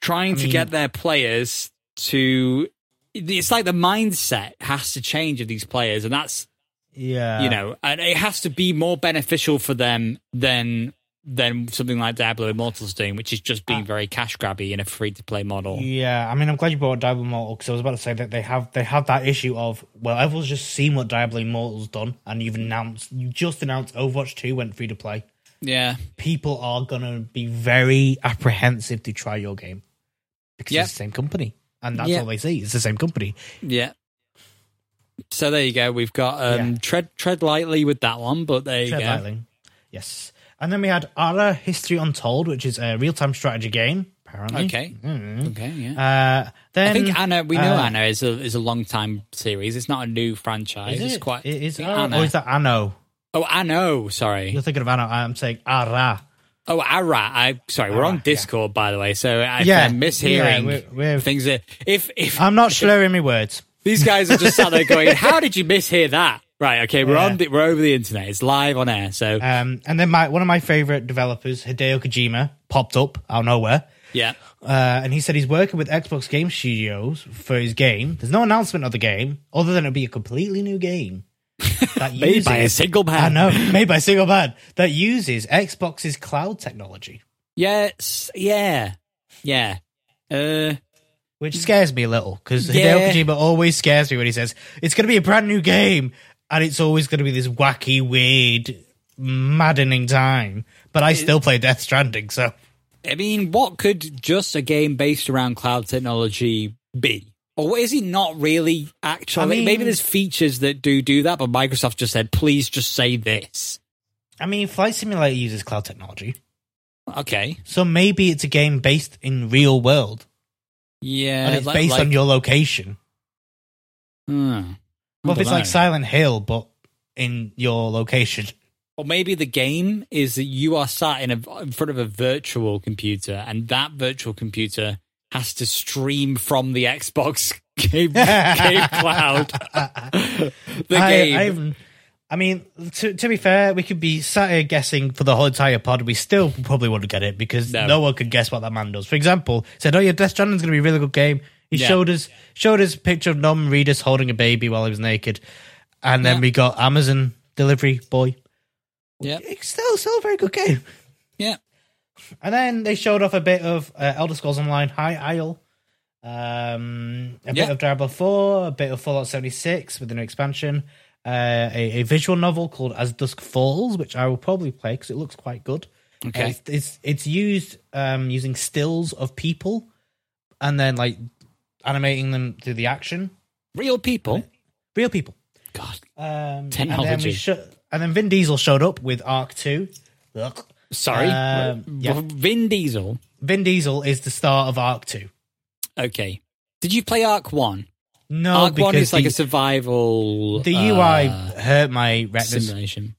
trying to mean- get their players to. It's like the mindset has to change of these players, and that's Yeah. you know, and it has to be more beneficial for them than than something like Diablo Immortal's doing, which is just being very cash grabby in a free to play model. Yeah, I mean, I'm glad you brought up Diablo Immortal because I was about to say that they have they have that issue of well, everyone's just seen what Diablo Immortal's done, and you've announced you just announced Overwatch Two went free to play. Yeah, People are gonna be very apprehensive to try your game because Yeah. it's the same company, and that's Yeah. all they see. It's the same company. yeah. So there you go. We've got um, Yeah. tread tread lightly with that one, but there you Tread go. lightly. Yes, and then we had Ara History Untold, which is a real time strategy game. Apparently, Okay, okay, yeah. Uh, then I think Anna. We know uh, Anna is a is a long time series. It's not a new franchise. Is It's it? quite. It is I think Ara, Anna. or is that Anno? oh, Anno. Sorry. You're thinking of Anno. I'm saying Ara. Oh, Ara. I sorry, we're on Discord by the way, so I, Yeah. am mishearing Yeah, we're- we're- things that if if I'm not slurring my words. these guys are just sat there going, "How did you mishear that?" Right? Okay, we're on the, we're over the internet. It's live on air, so Uh, Um, and then my one of my favorite developers, Hideo Kojima, popped up out of nowhere Yeah. Uh, and he said he's working with Xbox Game Studios for his game. There's no announcement of the game, other than it'll be a completely new game. That Made by a single man. I know, made by a single man that uses Xbox's cloud technology, Yes. Yeah. Yeah. Uh, which scares me a little because Yeah. Hideo Kojima always scares me when he says it's going to be a brand new game and it's always going to be this wacky, weird, maddening time. But I still play Death Stranding, so I mean, what could just a game based around cloud technology be? Or is it not really actually? I mean- Maybe there's features that do do that, but Microsoft just said, please just say this. I mean, Flight Simulator uses cloud technology, Okay. so maybe it's a game based in real world. Yeah. and it's like- based like- on your location. Hmm. Well, if it's like Dunno. Silent Hill, but in your location. Or maybe the game is that you are sat in, a, in front of a virtual computer, and that virtual computer has to stream from the Xbox game, game cloud. the I, game. I've- I mean, to, to be fair, we could be sat here guessing for the whole entire pod. We still probably wouldn't get it because No. no, one could guess what that man does. For example, said, "Oh yeah, Death Stranding's going to be a really good game." He Yeah. showed us showed us a picture of Nom Reedus holding a baby while he was naked, and then Yeah. we got Amazon delivery boy. Yep. It's still still a very good game. Yeah. And then they showed off a bit of uh, Elder Scrolls Online High Isle, um, a Yeah. bit of Diablo 4, a bit of Fallout 76 with the new expansion, uh, a, a visual novel called As Dusk Falls, which I will probably play because it looks quite good. Okay. Uh, it's, it's it's used um, using stills of people and then like animating them through the action, Real people. real people. God. Um, And then, Technology. we sho- and then Vin Diesel showed up with Arc 2. Ugh. Sorry. Um, yeah. Vin Diesel. Vin Diesel is the star of Arc 2. Okay. Did you play Arc 1? No, Arc 1 is Oh, because like the, a survival. the uh, UI hurt my retinas. simulation.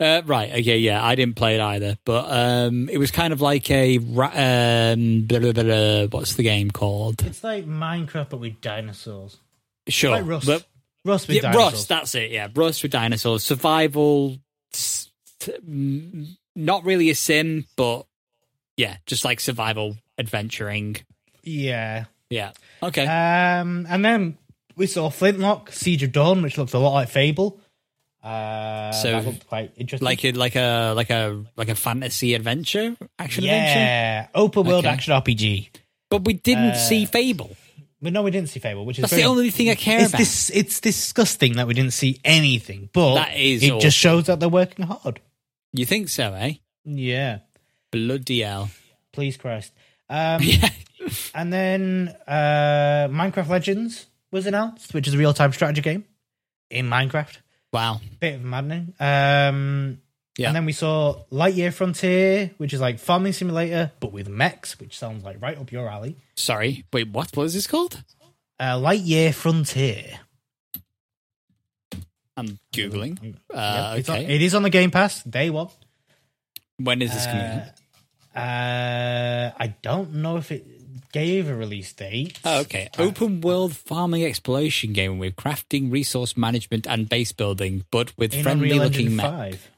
Uh, right. Okay. Yeah, I didn't play it either, but um, it was kind of like a ra- um, blah, blah, blah, blah, what's the game called? It's like Minecraft but with dinosaurs. Sure, Like Rust. Oh, but Rust with yeah, dinosaurs. Rust. That's it. Yeah, Rust with dinosaurs. Survival. s- t- m- Not really a sim, but yeah, just like survival adventuring. Yeah. Yeah. Okay. Um, and then we saw Flintlock, Siege of Dawn, which looked a lot like Fable. Uh, So, that looked quite interesting. like a like a like a like a fantasy adventure action adventure. yeah, open world Okay. action RPG. But we didn't Uh, see Fable. But no, we didn't see Fable, which is That's very- the only thing I care it's about. Dis- it's disgusting that we didn't see anything, but That is it awful. just shows that they're working hard. You think so, eh? Yeah, Bloody hell. please Christ. Um, Yeah. And then uh, Minecraft Legends was announced, which is a real time strategy game in Minecraft. Wow. Bit of maddening. Um, Yeah. And then we saw Lightyear Frontier, which is like farming simulator, but with mechs, which sounds like right up your alley. Sorry. Wait, what? What is this called? Uh, Lightyear Frontier. I'm Googling. Yep, Uh, it's on- okay. it is on the Game Pass, day one. When is this coming out? Uh, I don't know if it gave a release date. Oh, okay. Open world farming exploration game with crafting, resource management, and base building, but with in friendly Unreal Engine looking map. 5.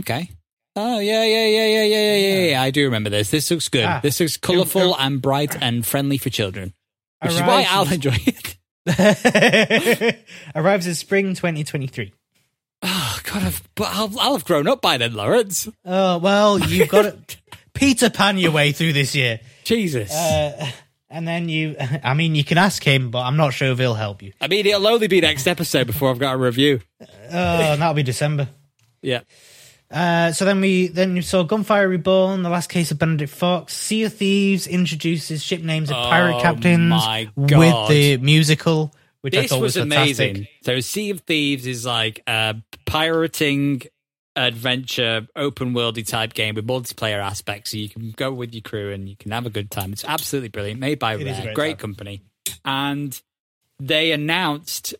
Okay. Oh yeah, yeah, yeah, yeah, yeah, yeah, yeah, yeah. I do remember this. This looks good. Ah. this looks colourful and bright and friendly for children, which is why Arise I'll in- enjoy it. Arrives in spring 2023. Oh God, I've, but I'll, I'll have grown up by then, Lawrence. Oh, well, you've got to Peter Pan your way through this year. Jesus. Uh, and then you, I mean, you can ask him, but I'm not sure if he'll help you. I mean, it'll only be next episode before I've got a review. Oh, and that'll be December. Yeah. Uh, so then we then you saw Gunfire Reborn, The Last Case of Benedict Fox, Sea of Thieves introduces ship names of pirate Oh captains my with God. the musical, which I This thought was, was, fantastic. amazing. So, Sea of Thieves is like a pirating adventure, open worldy type game with multiplayer aspects. So you can go with your crew and you can have a good time. It's absolutely brilliant. Made by is a Rare, great great, time. company, and they announced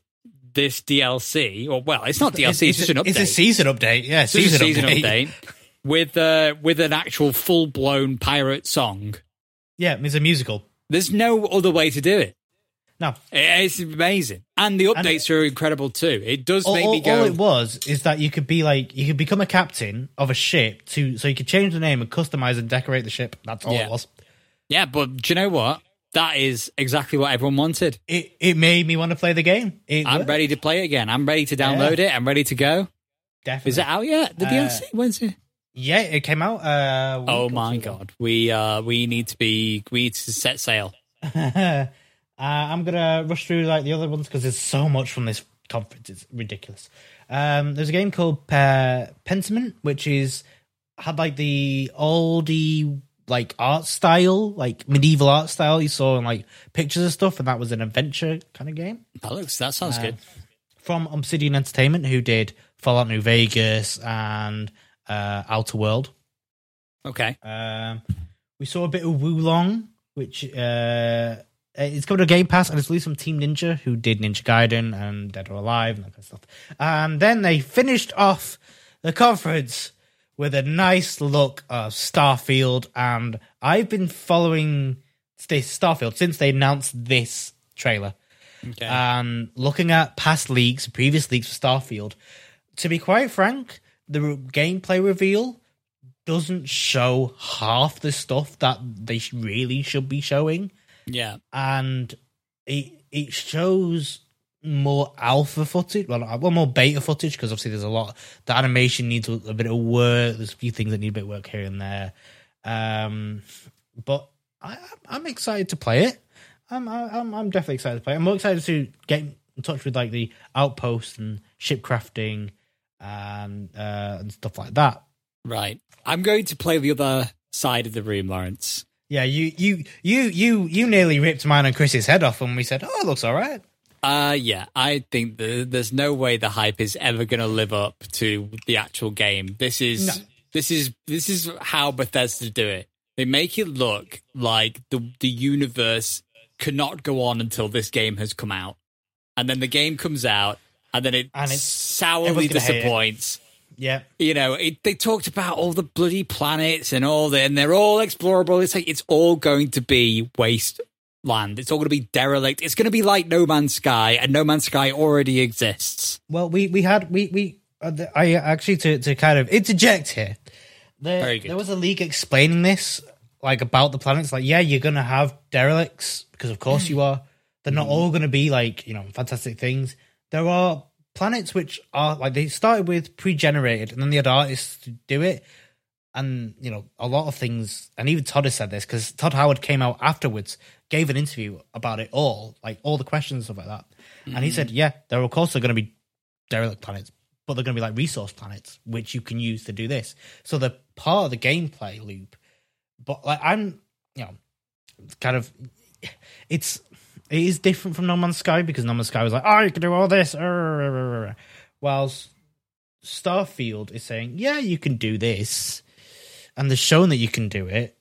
this DLC. Or well, it's not DLC. It's, just an update. It's a season update. Yeah, It's just season, a season update. update with uh, with an actual full blown pirate song. Yeah, it's a musical. There's no other way to do it. No, It's amazing, and the updates are incredible too. It does all, make all- me go. all it was is that you could be like you could become a captain of a ship to so you could change the name and customize and decorate the ship. That's all Yeah. it was. Yeah, but do you know what? That is exactly what everyone wanted. It it made me want to play the game. It I'm worked, ready to play it again. I'm ready to download it. I'm ready to go. Definitely. Is it out yet? The Uh, DLC? When's it? Yeah, it came out. Uh, a week Oh or my two ago. god. We uh we need to be we need to set sail. uh, I'm gonna rush through like the other ones because there's so much from this conference. It's ridiculous. Um, there's a game called uh, Pentiment, which is had like the oldie like art style, like medieval art style you saw in like pictures and stuff, and that was an adventure kind of game That looks that Uh, sounds good. from Obsidian Entertainment, who did Fallout New Vegas and uh, Outer World. Okay. Um, we saw a bit of Wulong, which uh, it's coming to Game Pass, and it's released from Team Ninja, who did Ninja Gaiden and Dead or Alive and that kind of stuff. And then they finished off the conference with a nice look of Starfield, and I've been following this Starfield since they announced this trailer Okay. um, looking at past leaks, previous leaks for Starfield, to be quite frank, the re- gameplay reveal doesn't show half the stuff that they sh- really should be showing, yeah. and it it shows more alpha footage, well, not- well more beta footage because obviously there's a lot. The animation needs a, a bit of work. There's a few things that need a bit of work here and there, um, but I, I'm excited to play it. I'm I'm I'm definitely excited to play. it. I'm more excited to get in touch with like the outpost and ship crafting and uh, and stuff like that. Right. I'm going to play the other side of the room, Lawrence. Yeah, you you you you you nearly ripped mine and Chris's head off when we said, "Oh, it looks all right." Uh yeah, I think the, there's no way the hype is ever going to live up to the actual game. This is No. this is this is how Bethesda do it. They make it look like the the universe cannot go on until this game has come out. And then the game comes out and then it And it's- sourly everyone's gonna hate it. disappoints. Yeah, You know, it, they talked about all the bloody planets and all the, and they're all explorable. It's like it's all going to be wasteland. It's all going to be derelict. It's going to be like No Man's Sky, and No Man's Sky already exists. Well, we we had we we uh, the- I actually to to kind of interject here. There, Very good. there was a leak explaining this, like about the planets. Like, yeah, you're gonna have derelicts because of course you are. They're not all gonna be like you know fantastic things. There are planets which are like they started with pre-generated, and then they had artists to do it. And you know a lot of things, and even Todd has said this because Todd Howard came out afterwards, gave an interview about it all, like all the questions and stuff like that. And he said, yeah, there are of course are going to be derelict planets, but they're going to be like resource planets, which you can use to do this. So they're part of the gameplay loop. But like I'm, you know, it's kind of, it's it is different from No Man's Sky because No Man's Sky was like, oh, you can do all this, err, whilst Starfield is saying, yeah, you can do this, and they've shown that you can do it,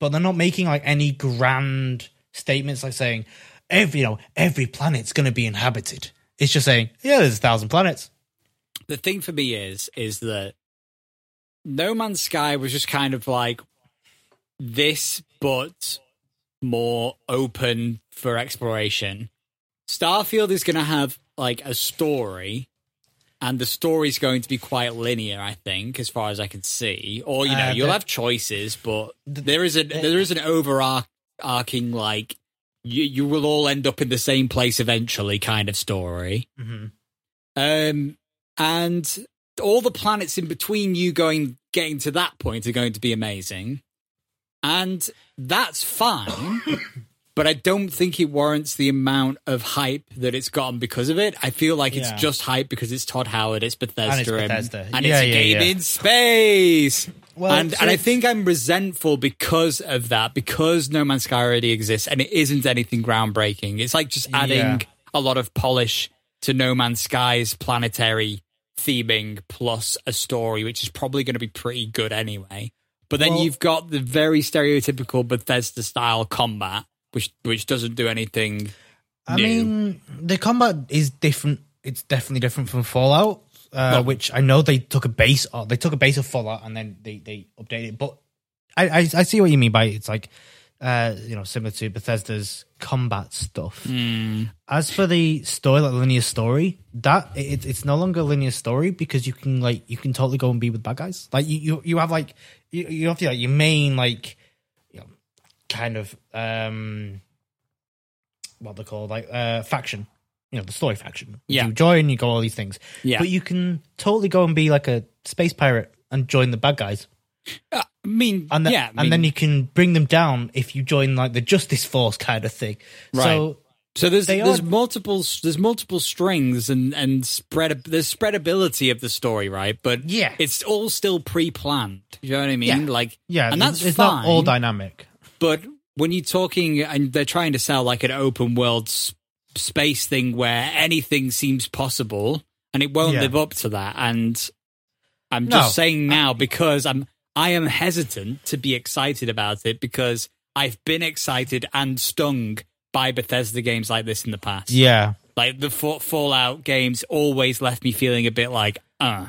but they're not making like any grand statements like saying every you know every planet's going to be inhabited. It's just saying yeah, there's a thousand planets. The thing for me is, is that No Man's Sky was just kind of like this, but more open for exploration. Starfield is going to have like a story, and the story's going to be quite linear, I think, as far as I can see. Or you know, Uh, you'll but- have choices, but there is a there is an overarching like you you will all end up in the same place eventually kind of story. Mhm. Um, and all the planets in between you going getting to that point are going to be amazing, and that's fine. but I don't think it warrants the amount of hype that it's gotten because of it. I feel like it's Yeah. just hype because it's Todd Howard, it's Bethesda, And it's Bethesda. and Yeah, it's a yeah, game yeah. in space. Well, and so and I it's- think I'm resentful because of that, because No Man's Sky already exists and it isn't anything groundbreaking. It's like just adding Yeah. a lot of polish to No Man's Sky's planetary theming plus a story, which is probably going to be pretty good anyway. But then Well- you've got the very stereotypical Bethesda style combat, which which doesn't do anything. I new. mean, the combat is different. It's definitely different from Fallout, uh, Well- which I know they took a base. Of, they took a base of Fallout and then they they updated it. But I, I I see what you mean by it's like uh, you know similar to Bethesda's combat stuff. As for the story, like linear story, that it, it's no longer a linear story because you can like you can totally go and be with bad guys. Like you you, you have like you, you have like your main like kind of um, what they call like uh, faction. You know, the story faction. Yeah. you join, you go all these things. Yeah. but you can totally go and be like a space pirate and join the bad guys, I mean, and then, yeah, I mean, and then you can bring them down if you join like the Justice Force kind of thing. Right. So so there's they there's are- multiple there's multiple strings and and spread there's spreadability of the story, right? But Yeah. it's all still pre-planned. You know what I mean? Yeah. Like yeah, and that's it's fine. not all dynamic. but when you're talking and they're trying to sell like an open world s- space thing where anything seems possible and it won't Yeah. live up to that and i'm No. just saying now because i'm i am hesitant to be excited about it because i've been excited and stung by bethesda games like this in the past Yeah, like the Fa- fallout games always left me feeling a bit like uh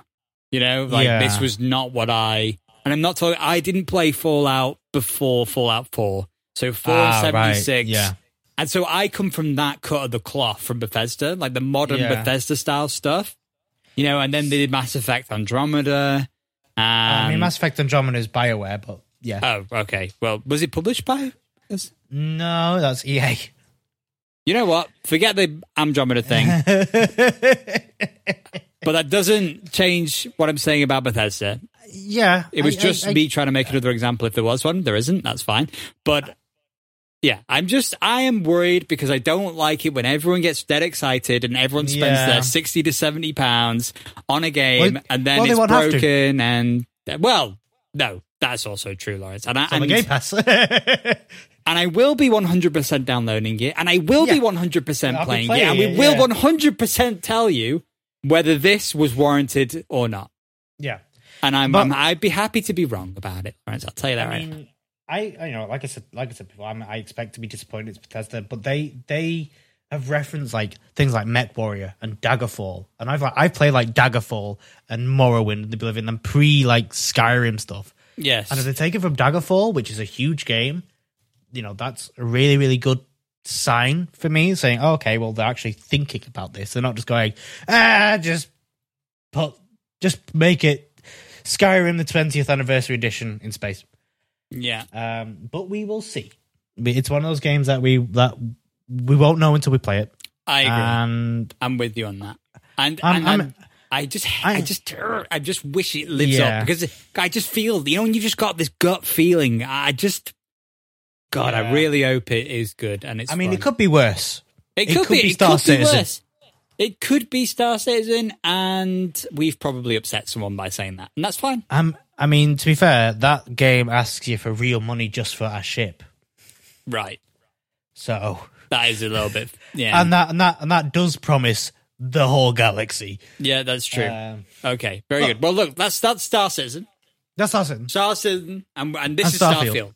you know like Yeah. this was not what i and i'm not talking i didn't play fallout before fallout 4 so 476 Ah, yeah. and so i come from that cut of the cloth from bethesda like the modern Yeah. bethesda style stuff you know and then they did mass effect andromeda and I mean, Mass Effect Andromeda is Bioware, but yeah, oh okay well was it published by no, that's E EA. you know what forget the andromeda thing but that doesn't change what i'm saying about bethesda yeah, It was I- I- just I- me trying to make another example if there was one. There isn't. That's fine. But yeah, I'm just, I am worried because I don't like it when everyone gets dead excited and everyone spends Yeah. their 60 to 70 pounds on a game Well, and then well, they it's won't have to. broken. And well, no, that's also true, Lawrence. And I, on the and, Game and Pass. I will be 100% downloading it and I will be Yeah. 100% I'll be playing, it. playing And we it, will yeah. 100% tell you whether this was warranted or not. yeah. And I'm, But- I'm, I'd be happy to be wrong about it, Lawrence. I'll tell you that right I mean, I, I you know, like I said, like I said before, I'm, I expect to be disappointed it's Bethesda, but they they have referenced like things like Mech Warrior and Daggerfall, and I've like I've played like Daggerfall and Morrowind and the Oblivion and pre like Skyrim stuff, Yes. and if they take it from Daggerfall, which is a huge game, you know, that's a really really good sign for me saying oh, okay well they're actually thinking about this they're not just going ah just put just make it skyrim the 20th anniversary edition in space yeah. um, but we will see. But It's one of those games that we that we won't know until we play it. I agree. And I'm with you on that. And, uh, I'm- and, and I'm- I just, I, I'm- just, I just wish it lives Yeah. up because I just feel, you know, when you've just got this gut feeling, I just, God, I Yeah. really hope it is good. And it's, I mean, fun. it could be worse. it it could could be it Star could Citizen. worse. It could be Star Citizen, and we've probably upset someone by saying that, and that's fine. Um, I mean, to be fair, that game asks you for real money just for a ship. Right. So, That is a little bit, yeah, and that and that and that does promise the whole galaxy. yeah, that's true. Um, okay, very good. Well, look, that's that's Star Citizen, that's awesome. Star Citizen, and, and this And is Starfield. Starfield.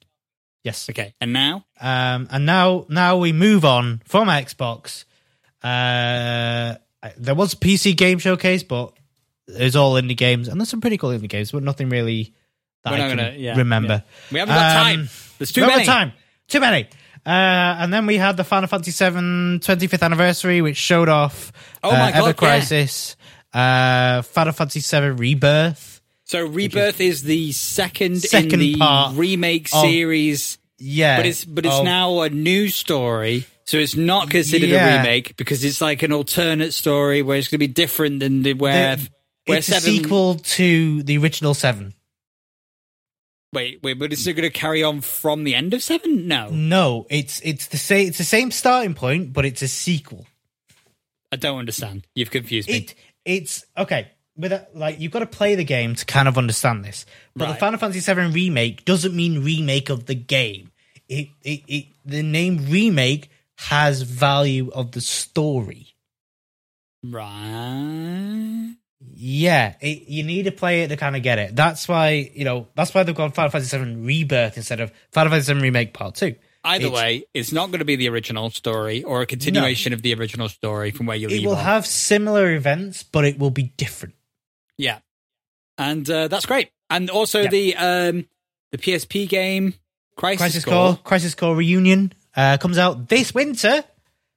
Yes. Okay, and now Um, and now now we move on from Xbox. Uh, I- there was a PC game showcase, but it's all indie games, and there's some pretty cool indie games, but nothing really that We're I not can gonna- yeah, remember. yeah. We haven't got time. There's too Um, we many. haven't got time. Too many. Uh, and then we had the Final Fantasy VII 25th anniversary, which showed off Oh my uh, God, Ever yeah. Crisis, uh, Final Fantasy VII Rebirth. So Rebirth is the second, in Second the part remake of- series, Yeah, Oh, but it's but it's of- now a new story. So it's not considered a Yeah. remake because it's like an alternate story where it's going to be different than the where The- where it's a seven. sequel to the original Seven. Wait, wait, but it's going to carry on from the end of seven? No, No, it's it's the same it's the same starting point, but it's a sequel. I don't understand. You've confused me. It it's okay. With a, like you've got to play the game to kind of understand this. But the Right. Final Fantasy VII remake doesn't mean remake of the game. It, it it the name remake has value of the story. right. Yeah, it, you need to play it to kind of get it. That's why you know that's why they've gone Final Fantasy VII Rebirth instead of Final Fantasy VII Remake Part Two. Either It's- way, it's not going to be the original story or a continuation of the original story from where you leave It will off. have similar events, but it will be different. Yeah, and uh, that's great. And also Yeah. the um, the PSP game Crisis, Crisis Core. Core, Crisis Core Reunion uh, comes out this winter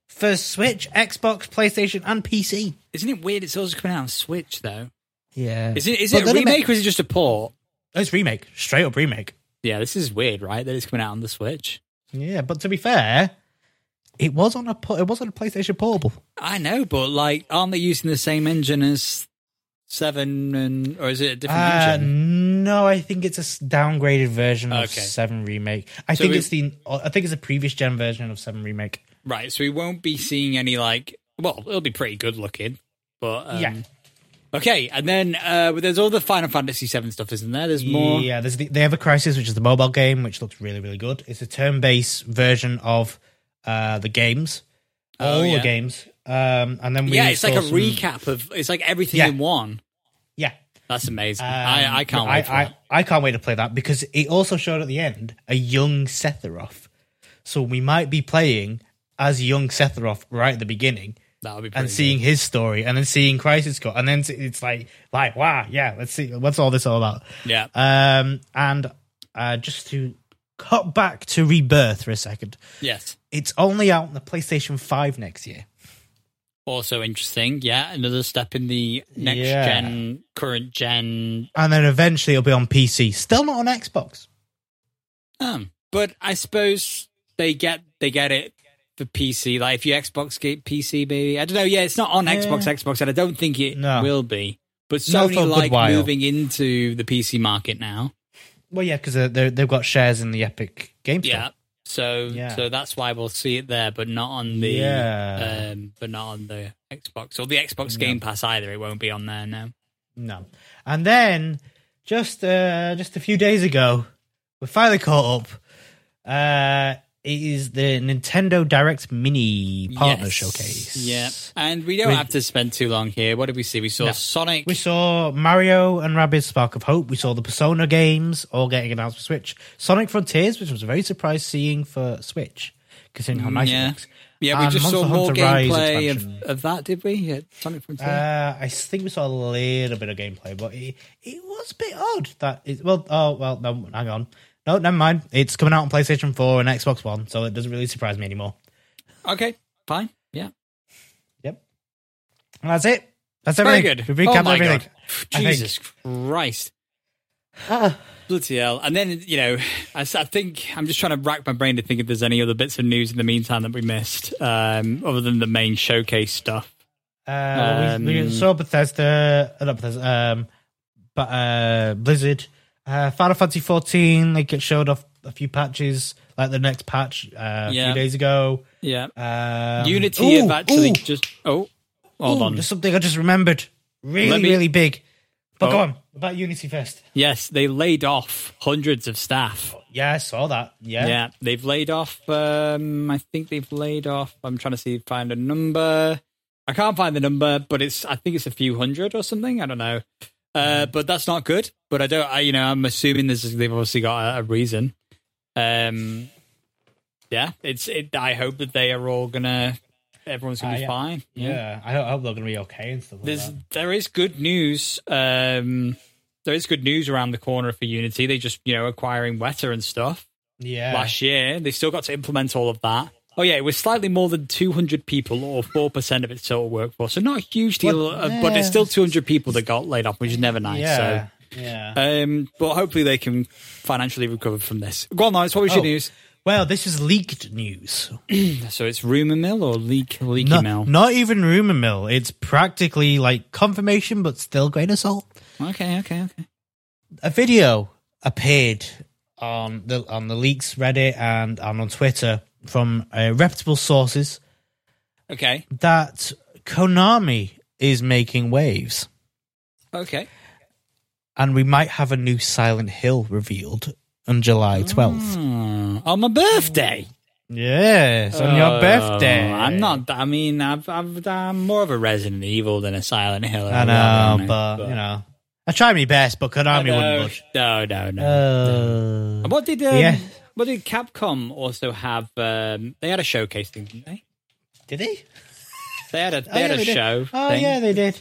for Switch, Xbox, PlayStation, and PC. Isn't it weird? It's also coming out on Switch though. Yeah, Is it is it But a then it ma- remake or is it just a port? it's remake, straight up remake. Yeah, this is weird, right? That it's coming out on the Switch. Yeah, but to be fair, it was on a po- it was on a PlayStation Portable. I know, but like, aren't they using the same engine as Seven and or is it a different Uh, engine? no, I think it's a s- downgraded version of Okay. Seven Remake. I So think we- it's the I think it's a previous gen version of Seven Remake. Right, so we won't be seeing any like. Well, it'll be pretty good looking, but um, yeah, Okay, and then uh, there's all the Final Fantasy VII stuff, isn't there? There's more. Yeah, there's the, they have a Crisis, which is the mobile game, which looks really, really good. It's a turn-based version of uh, the games, all Oh, yeah. the games, um, and then we Yeah, it's like saw a some- recap of. It's like everything Yeah. in one. Yeah, That's amazing. um, I, I can't I, wait. For I, that. I can't wait to play that because it also showed at the end a young Sephiroth, so we might be playing as young Sephiroth right at the beginning. That would be pretty and seeing his story and then seeing crisis cut and then it's like like wow yeah let's see what's all this all about good. Yeah. um and uh just to cut back to rebirth for a second yes. it's only out on the playstation 5 next year Also interesting. Yeah, another step in the next Yeah. gen, current gen. and then eventually it'll be on pc still not on xbox Um, but I suppose they get they get it for PC. Like if you Xbox get PC, maybe I don't know. Yeah, it's not on Xbox, Xbox, and I don't think it No. will be. But Not for a Sony good like while. moving into the PC market now. well yeah because they've got shares in the epic game Store. Yeah. So Yeah. so that's why we'll see it there, but not on the Yeah. um but not on the Xbox or the Xbox Game Pass either. It won't be on there now. no and then just uh just a few days ago we finally caught up uh it is the nintendo direct mini partner Yes. showcase Yeah. And we don't have to spend too long here. What did we see? We saw Sonic. We saw Mario and Rabbids Spark of Hope. We saw the Persona games all getting announced for Switch. Sonic Frontiers, which was very surprised seeing for Switch, considering how nice Mm, yeah. it looks. yeah, we And just saw Monster more Hunter Rise gameplay expansion. of, of that, did we? Yeah, Sonic Frontier. Uh, I think we saw a little bit of gameplay, but it, it was a bit odd that it, well, oh well, no, hang on, no, never mind. It's coming out on PlayStation Four and Xbox One, so it doesn't really surprise me anymore. okay, fine. Yeah. Yep, and that's it. That's Very everything. good. We oh recapped my everything. God. I think. Jesus Christ. Bloody hell. And then, you know, I, s- I think I'm just trying to rack my brain to think if there's any other bits of news in the meantime that we missed, um, other than the main showcase stuff. Uh, we, Um, we saw Bethesda, uh, not Bethesda, um, but uh, Blizzard, uh, Final Fantasy 14. They get showed off a few patches, like the next patch uh, a Yeah. few days ago. Yeah. Um, Unity ooh, have actually ooh, just. Oh, hold ooh, on. There's something I just remembered, really, Let me- really big. But Oh. go on about Unity first. Yes, they laid off hundreds of staff. Yeah, I saw that. Yeah, Yeah, they've laid off. Um, I think they've laid off. I'm trying to see find a number. I can't find the number, but it's. I think it's a few hundred or something. I don't know. Uh, Mm. but that's not good. But I don't. I, you know, I'm assuming this is, they've obviously got a, a reason. Um, yeah, it's. It, I hope that they are all gonna. Everyone's gonna Ah, be yeah. fine. yeah. I hope, I hope they're gonna be okay and stuff. Like There's that. there is good news. Um, there is good news around the corner for Unity. They just you know acquiring Weta and stuff Yeah, last year. They still got to implement all of that. Oh yeah, it was slightly more than 200 people, or four percent of its total workforce. So not a huge deal, But, uh, but it's yeah. still 200 people that got laid off, which is never nice. yeah, yeah. So, um, but hopefully they can financially recover from this. Go on, Lawrence. What was Oh. your news? well, this is leaked news. So it's rumor mill or leak leaky No- mill. Not even rumor mill. It's practically like confirmation, but still grain of salt. Okay, okay, okay. A video appeared on the on the leaks Reddit and, and on Twitter from uh, reputable sources Okay, that Konami is making waves, okay. and we might have a new Silent Hill revealed on July twelfth. Hmm. On my birthday. Yes, on your Oh, birthday. I'm not. I mean, I've, I've, I'm more of a Resident Evil than a Silent Hill. I know, but, you know, I try my best, but Konami wouldn't no, budge. uh, no, no, no. Uh, And what did um, Yeah. what did Capcom also have? Um, they had a showcase thing, didn't they? did he? They had a they Oh, had yeah, a they did. show. Oh thing. yeah, they did.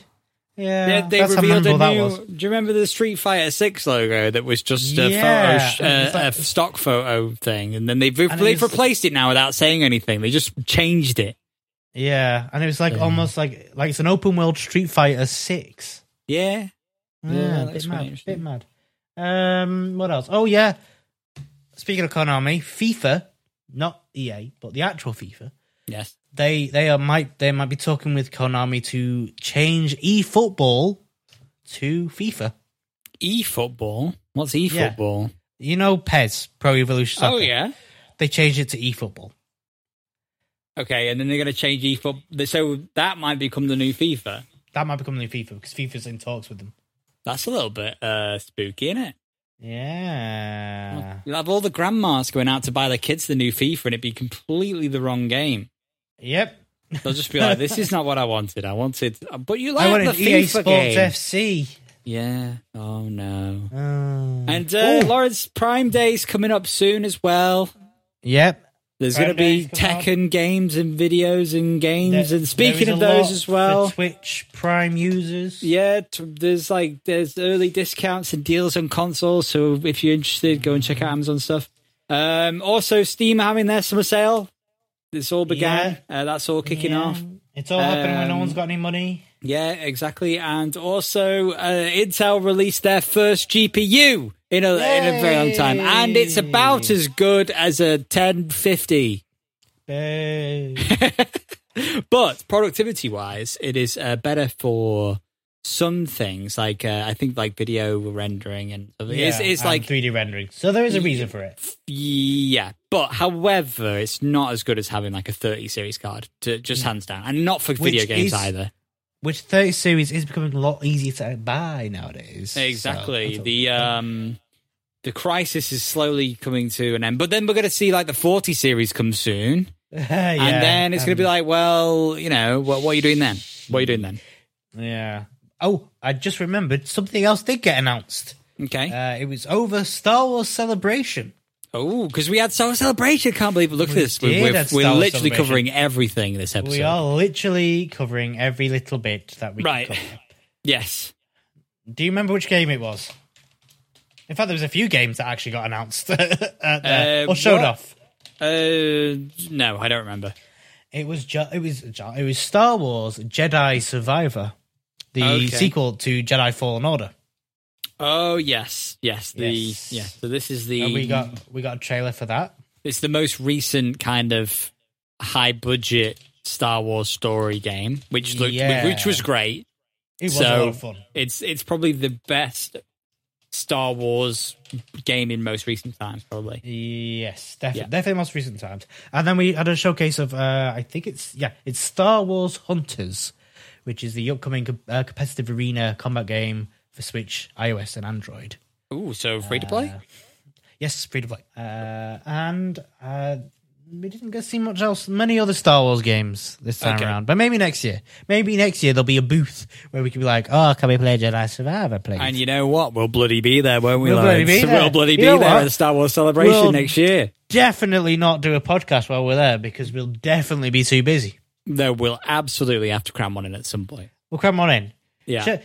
Yeah, They, they that's how revealed a memorable new. that was. Do you remember the Street Fighter Six logo that was just a Yeah. photo, sh- uh, It's like- a stock photo thing, and then they've, re- And it they've was- replaced it now without saying anything. They just changed it. Yeah, and it was like almost like like it's an open world Street Fighter Six. Yeah, Yeah, Yeah, that's quite bit mad, bit interesting. mad. Um, what else? Oh yeah. Speaking of Konami, FIFA not EA, but the actual FIFA, Yes. they they are might they might be talking with Konami to change eFootball to FIFA. eFootball. What's eFootball? You know PES, Pro Evolution Soccer. Oh yeah. They changed it to eFootball. Okay, and then they're going to change eFootball. So that might become the new FIFA. That might become the new FIFA because FIFA's in talks with them. That's a little bit uh, spooky, isn't it? Yeah. You'll have all the grandmas going out to buy their kids the new FIFA, and it'd be completely the wrong game. Yep. They'll just be like, "This is not what I wanted. I wanted, but you I like the wanted FIFA EA Sports game." FC. yeah. Oh no. Um, And uh, Ooh. Lawrence Prime Day's coming up soon as well. yep. There's Prime going to be Day's coming up. Tekken games and videos and games. There- and there is speaking a of those lot as well, for Twitch Prime users. yeah, t- there's like there's early discounts and deals on consoles. So if you're interested, go and check out Amazon stuff. Um, also, Steam are having their summer sale. This all began. Uh, that's all kicking Yeah. off. It's all happening when no Um, one's got any money. Yeah, exactly. And also, uh, Intel released their first GPU in a, in a very long time, and it's about as good as a 1050. Boo. But productivity wise, it is uh, better for some things like uh, I think like video rendering and it's, Yeah, it's and like 3D rendering. So there is a reason for it. yeah. But however, it's not as good as having like a 30 series card to just hands down, and not for video games Mm. is- either. Which 30 series is becoming a lot easier to buy nowadays. So Exactly. that's all- the um the crisis is slowly coming to an end. But then we're going to see like the 40 series come soon. Yeah, and then it's going to be um, like, well, you know, what, what are you doing then? What are you doing then? yeah. Oh, I just remembered something else did get announced. Okay. Uh, it was over Star Wars Celebration. oh, because we had Star Wars Celebration. can't believe it. Look at this. did We're, we're, have we're Star Wars literally Celebration. covering everything this episode. We are literally covering every little bit that we Right. can cover. Yes. Do you remember which game it was? In fact, there was a few games that actually got announced at there, Uh, or showed what? off. Uh, no, I don't remember. It was ju- it was ju- it was Star Wars Jedi Survivor, the Okay. sequel to Jedi Fallen Order. Oh yes, yes. The Yes. yeah. So this is the And we got we got a trailer for that. It's the most recent kind of high budget Star Wars story game, which looked Yeah. which was great. It was a so lot of fun. it's it's probably the best Star Wars game in most recent times, probably. Yes, definitely, Yeah. definitely most recent times. And then we had a showcase of uh, I think it's yeah, it's Star Wars Hunters, which is the upcoming co- uh, competitive arena combat game for Switch, iOS, and Android. Ooh, so free to play. Yes, free to play. Uh, and uh, we didn't get to see much else, many other Star Wars games this time Okay. around. But maybe next year. Maybe next year there'll be a booth where we can be like, oh, can we play Jedi Survivor, please? And you know what? We'll bloody be there, won't we? We'll bloody Lawrence? be there. We'll bloody You be know there what? at the Star Wars celebration We'll- next year. definitely not do a podcast while we're there because we'll definitely be too busy. No, we'll absolutely have to cram one in at some point. We'll cram on in. Yeah. Sh-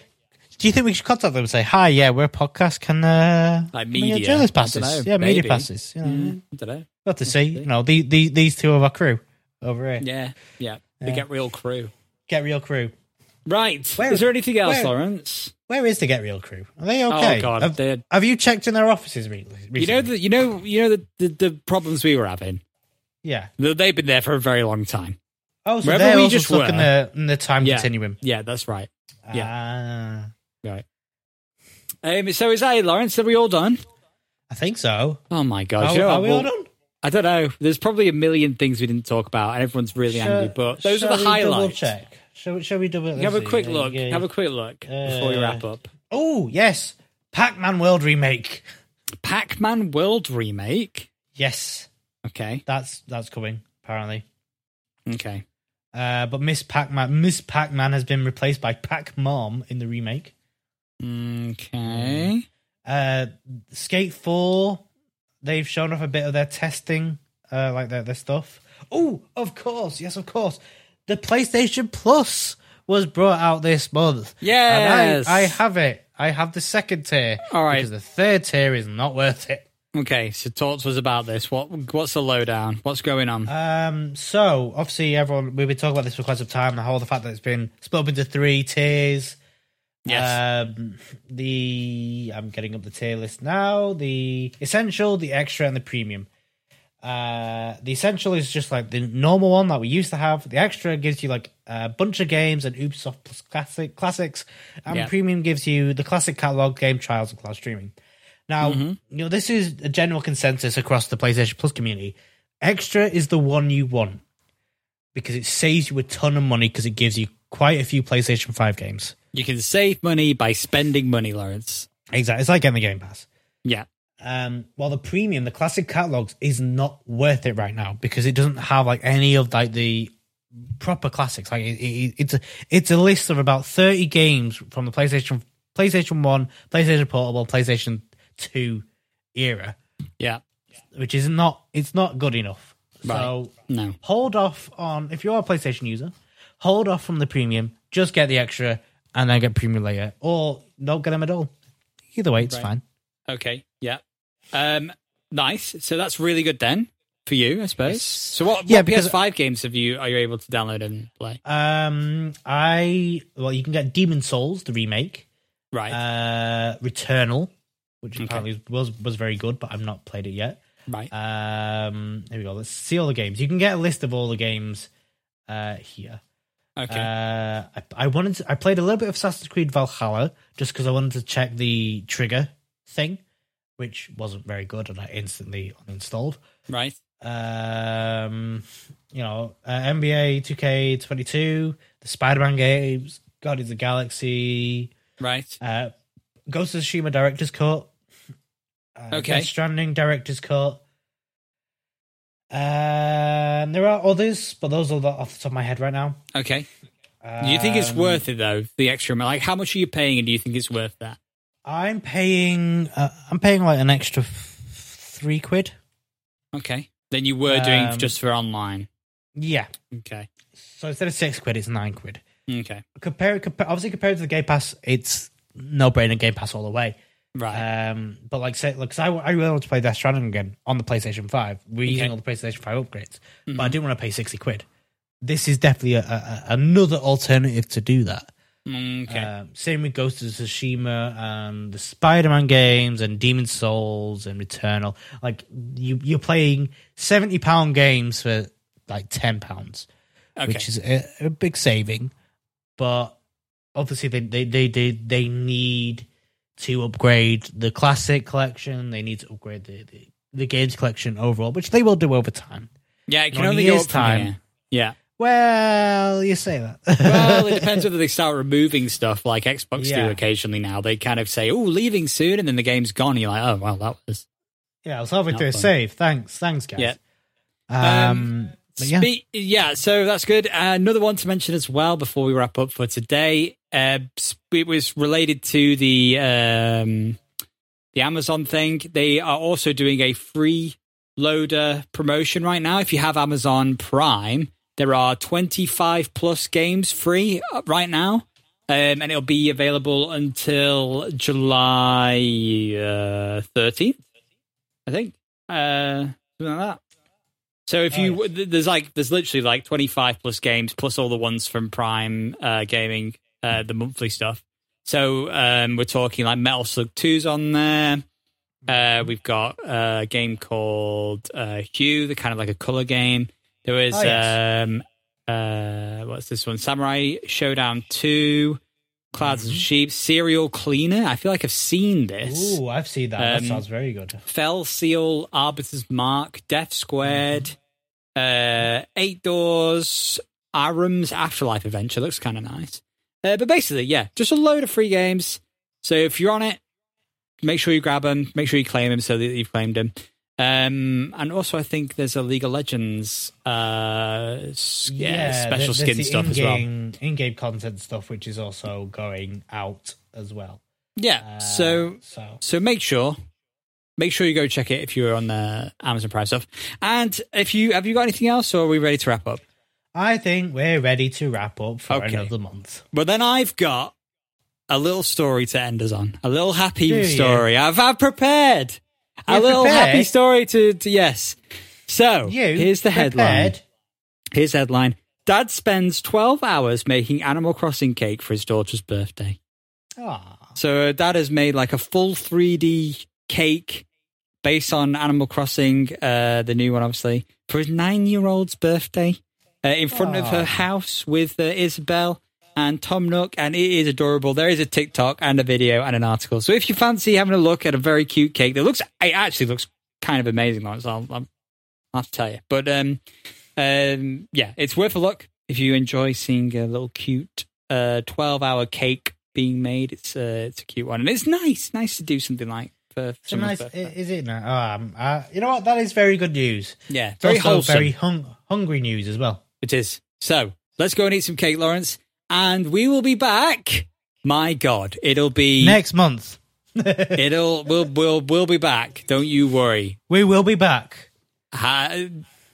Do you think we should contact them and say, hi, yeah, we're a podcast. Can, uh, Like can we get media. journalist I don't passes. know, yeah, media maybe. passes. You know, don't know. Got to see, you know, the, the, these two of our crew over here. Yeah, yeah. We get real crew. Get Real Crew. Right. Is Where- there anything else, where- Lawrence? Where is the Get Real crew? Are they okay? Oh, God, have, they're- have you checked in their offices re- recently? You know the you know you know the, the, the problems we were having. yeah. Th- They've been there for a very long time. Oh, so Wherever they're we also just stuck were. in the in the time Yeah. continuum. Ah, Yeah, that's right. Yeah, Right. Um, so is that it, Lawrence? Are we all done? I think so. Oh my god! Are, you know are what? we all Well, done? I don't know. There's probably a million things we didn't talk about, and everyone's really angry. But those shall are we the Double highlights. check. Shall, we- shall we double? Have a let's see. quick Uh, look. yeah. Have a quick look before we Uh, wrap up. Oh yes, Pac-Man World remake. Pac-Man World remake. Yes, Okay. that's that's coming apparently. Okay. Uh, but Miss Pac-Man, Miss Pac-Man has been replaced by Pac-Mom in the remake. Okay. Uh, Skate 4, they've shown off a bit of their testing, uh, like their, their stuff. Oh, of course. Yes, of course. The PlayStation Plus was brought out this month. Yes. And I, I have it. I have the second tier. All right. Because the third tier is not worth it. Okay. So talk to us about this. What what's the lowdown? What's going on? Um, so obviously everyone we've been talking about this for quite some time. The whole the fact that it's been split up into three tiers. yes. Um, the I'm getting up the tier list now. The essential, the extra, and the premium. Uh, the essential is just like the normal one that we used to have. The extra gives you like a bunch of games and Ubisoft plus classic classics, and Yeah. premium gives you the classic catalog, game trials, and cloud streaming. Now, Mm-hmm. you know this is a general consensus across the PlayStation Plus community. Extra is the one you want because it saves you a ton of money because it gives you quite a few PlayStation Five games. You can save money by spending money, Lawrence. Exactly, it's like getting the Game Pass. Yeah. um, while the premium, the classic catalogs, is not worth it right now because it doesn't have like any of like the proper classics. Like it, it, it's a it's a list of about thirty games from the PlayStation PlayStation One, PlayStation Portable, PlayStation Two era, Yeah. which is not it's not good enough. So No. hold off on if you are a PlayStation user, hold off from the premium. Just get the extra and then get premium later, or don't get them at all. Either way, it's fine. Okay. Yeah. Um, nice. So that's really good then for you, I suppose. So what, what Yeah, because- PS5 games have you are you able to download and play? Um, I well, you can get Demon Souls the remake, Right. uh, Returnal, which apparently was was very good, but I've not played it yet. right. uh, Um, here we go. Let's see all the games. You can get a list of all the games. Uh, here. okay. Uh, I, I wanted to, I played a little bit of Assassin's Creed Valhalla just because I wanted to check the trigger thing, which wasn't very good, and I instantly uninstalled right. um, you know, uh, NBA 2K22, the Spider-Man games, Guardians of the Galaxy, Right. uh, Ghost of Tsushima Director's Cut, uh, Okay. Death Stranding Director's Cut. Um, there are others, but those are the, off the top of my head right now. Okay. Do you think it's Um, worth it though? The extra amount. Like, how much are you paying, and do you think it's worth that? I'm paying. Uh, I'm paying like an extra f- three quid. Okay. Then you were doing Um, just for online. Yeah. Okay. So instead of six quid, it's nine quid. Okay. Compare, compare obviously compared to the Game Pass, it's no brainer Game Pass all the way. Right. Um, but like, say, look, 'cause I, I really want to play Death Stranding again on the PlayStation 5. We're using Okay. Mm-hmm. all the PlayStation 5 upgrades, but I didn't want to pay 60 quid. This is definitely a, a, a- another alternative to do that. Mm, okay. Um, same with Ghost of Tsushima and the Spider Man games and Demon Souls and Returnal. Like, you, you're playing £70 games for like £10 okay. which is a, a big saving. But obviously, they, they they they they need to upgrade the classic collection. They need to upgrade the the, the games collection overall, which they will do over time. yeah. It in can a only go year's up from time- here. Yeah. Well, you say that. Well, it depends whether they start removing stuff like Xbox Yeah. do occasionally now. They kind of say, oh, leaving soon, and then the game's gone. And you're like, oh, well, that was. yeah, I was halfway Not through a fun. save. Thanks, thanks, guys. Yeah. Um, but yeah, Spe- yeah, so that's good. Uh, another one to mention as well before we wrap up for today. Uh, sp- it was related to the um, the Amazon thing. They are also doing a free loader promotion right now. If you have Amazon Prime, there are 25 plus games free uh, right now. Um, and it'll be available until July uh, 13th, I think. Uh, something like that. So if you th- there's like there's literally like 25 plus games plus all the ones from Prime uh, Gaming, uh, the monthly stuff. So um, we're talking like Metal Slug 2's on there. Uh, we've got uh, a game called uh, Hue, the kind of like a color game. There is Oh, yes. um, uh, what's this one? Samurai Showdown 2, Clouds of Sheep, Serial Cleaner. I feel like I've seen this. ooh, I've seen that. that Um, sounds very good. Fell Seal, Arbiter's Mark, Death Squared, uh, Eight Doors, Aram's Afterlife Adventure. Looks kind of nice. Uh, but basically, yeah, just a load of free games. So if you're on it, make sure you grab them, make sure you claim them so that you've claimed them. Um, and also, I think there's a League of Legends uh, s- yeah, special there's skin the stuff as well. in-game- In-game content stuff, which is also going out as well. Yeah. Uh, so so So make sure, make sure you go check it if you're on the Amazon Prime stuff. And if you have you got anything else, or are we ready to wrap up? I think we're ready to wrap up for Okay. another month. Well, then I've got a little story to end us on, a little happy Do you? story. I've I've prepared a You've little prepared? happy story to, to yes. So You Oh, here's the headline. prepared? Here's the headline. Dad spends 12 hours making Animal Crossing cake for his daughter's birthday. Ah, So uh, dad has made like a full 3D cake based on Animal Crossing, uh, the new one, obviously, for his nine year old's birthday uh, in front of her house with uh, Isabel and Tom Nook. And it is adorable. There is a TikTok and a video and an article. So if you fancy having a look at a very cute cake that looks, it actually looks kind of amazing, Lawrence. I'll, I'll, I'll have to tell you. But um, um, yeah, it's worth a look if you enjoy seeing a little cute uh, 12 hour cake being made. It's, uh, it's a cute one. And it's nice, nice to do something like. For for It's a someone's nice, birthday. is it? Now? Oh, um, uh, you know what? That is very good news. Yeah, It's very also wholesome. very hung- hungry news as well. It is. So let's go and eat some cake, Lawrence, and we will be back. My God, it'll be Next month, it'll we'll we'll we'll be back. Don't you worry. we will be back. Ha,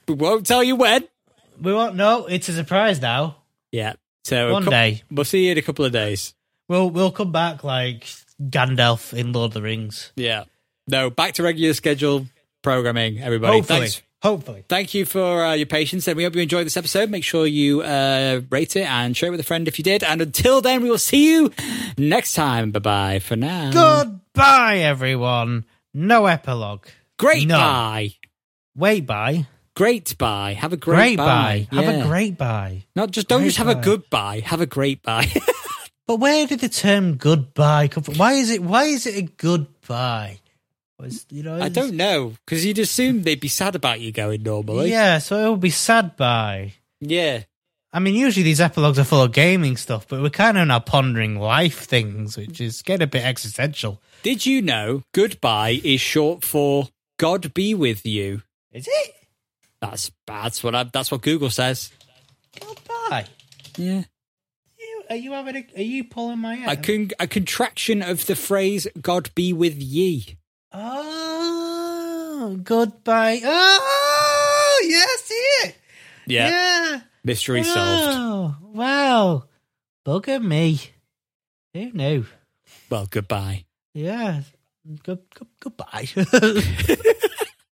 we won't tell you when. We won't know. It's a surprise now. Yeah. So a One cou- day. we'll see you in a couple of days. We'll we'll come back like Gandalf in Lord of the Rings. Yeah. No, back to regular schedule programming, everybody. Hopefully, Thanks. hopefully. Thank you for uh, your patience, and we hope you enjoyed this episode. Make sure you uh, rate it and share it with a friend if you did. And until then, we will see you next time. Bye bye for now. Goodbye, everyone. No epilogue. Great No. bye. Wait, bye. Great bye. Have a great, Great bye. Have Yeah. a great bye. Not just don't great just have bye. a good bye. Have a great bye. But where did the term goodbye come from? Why is it? Why is it a goodbye? Was you know? I it's- don't know because you'd assume they'd be sad about you going normally. Yeah, so it will be sad bye. Yeah. I mean, usually these epilogues are full of gaming stuff, but we're kind of now pondering life things, which is getting a bit existential. Did you know goodbye is short for God be with you? Is it That's that's what I, that's what Google says. goodbye? Yeah. You, are you having? A, are you pulling my? A, con- a contraction of the phrase God be with ye. Oh, goodbye. Oh, yes, see it. Yeah. Yeah. Mystery solved. Wow. Wow. Bugger me. Who knew? Well, goodbye. Yeah. Good, good, goodbye.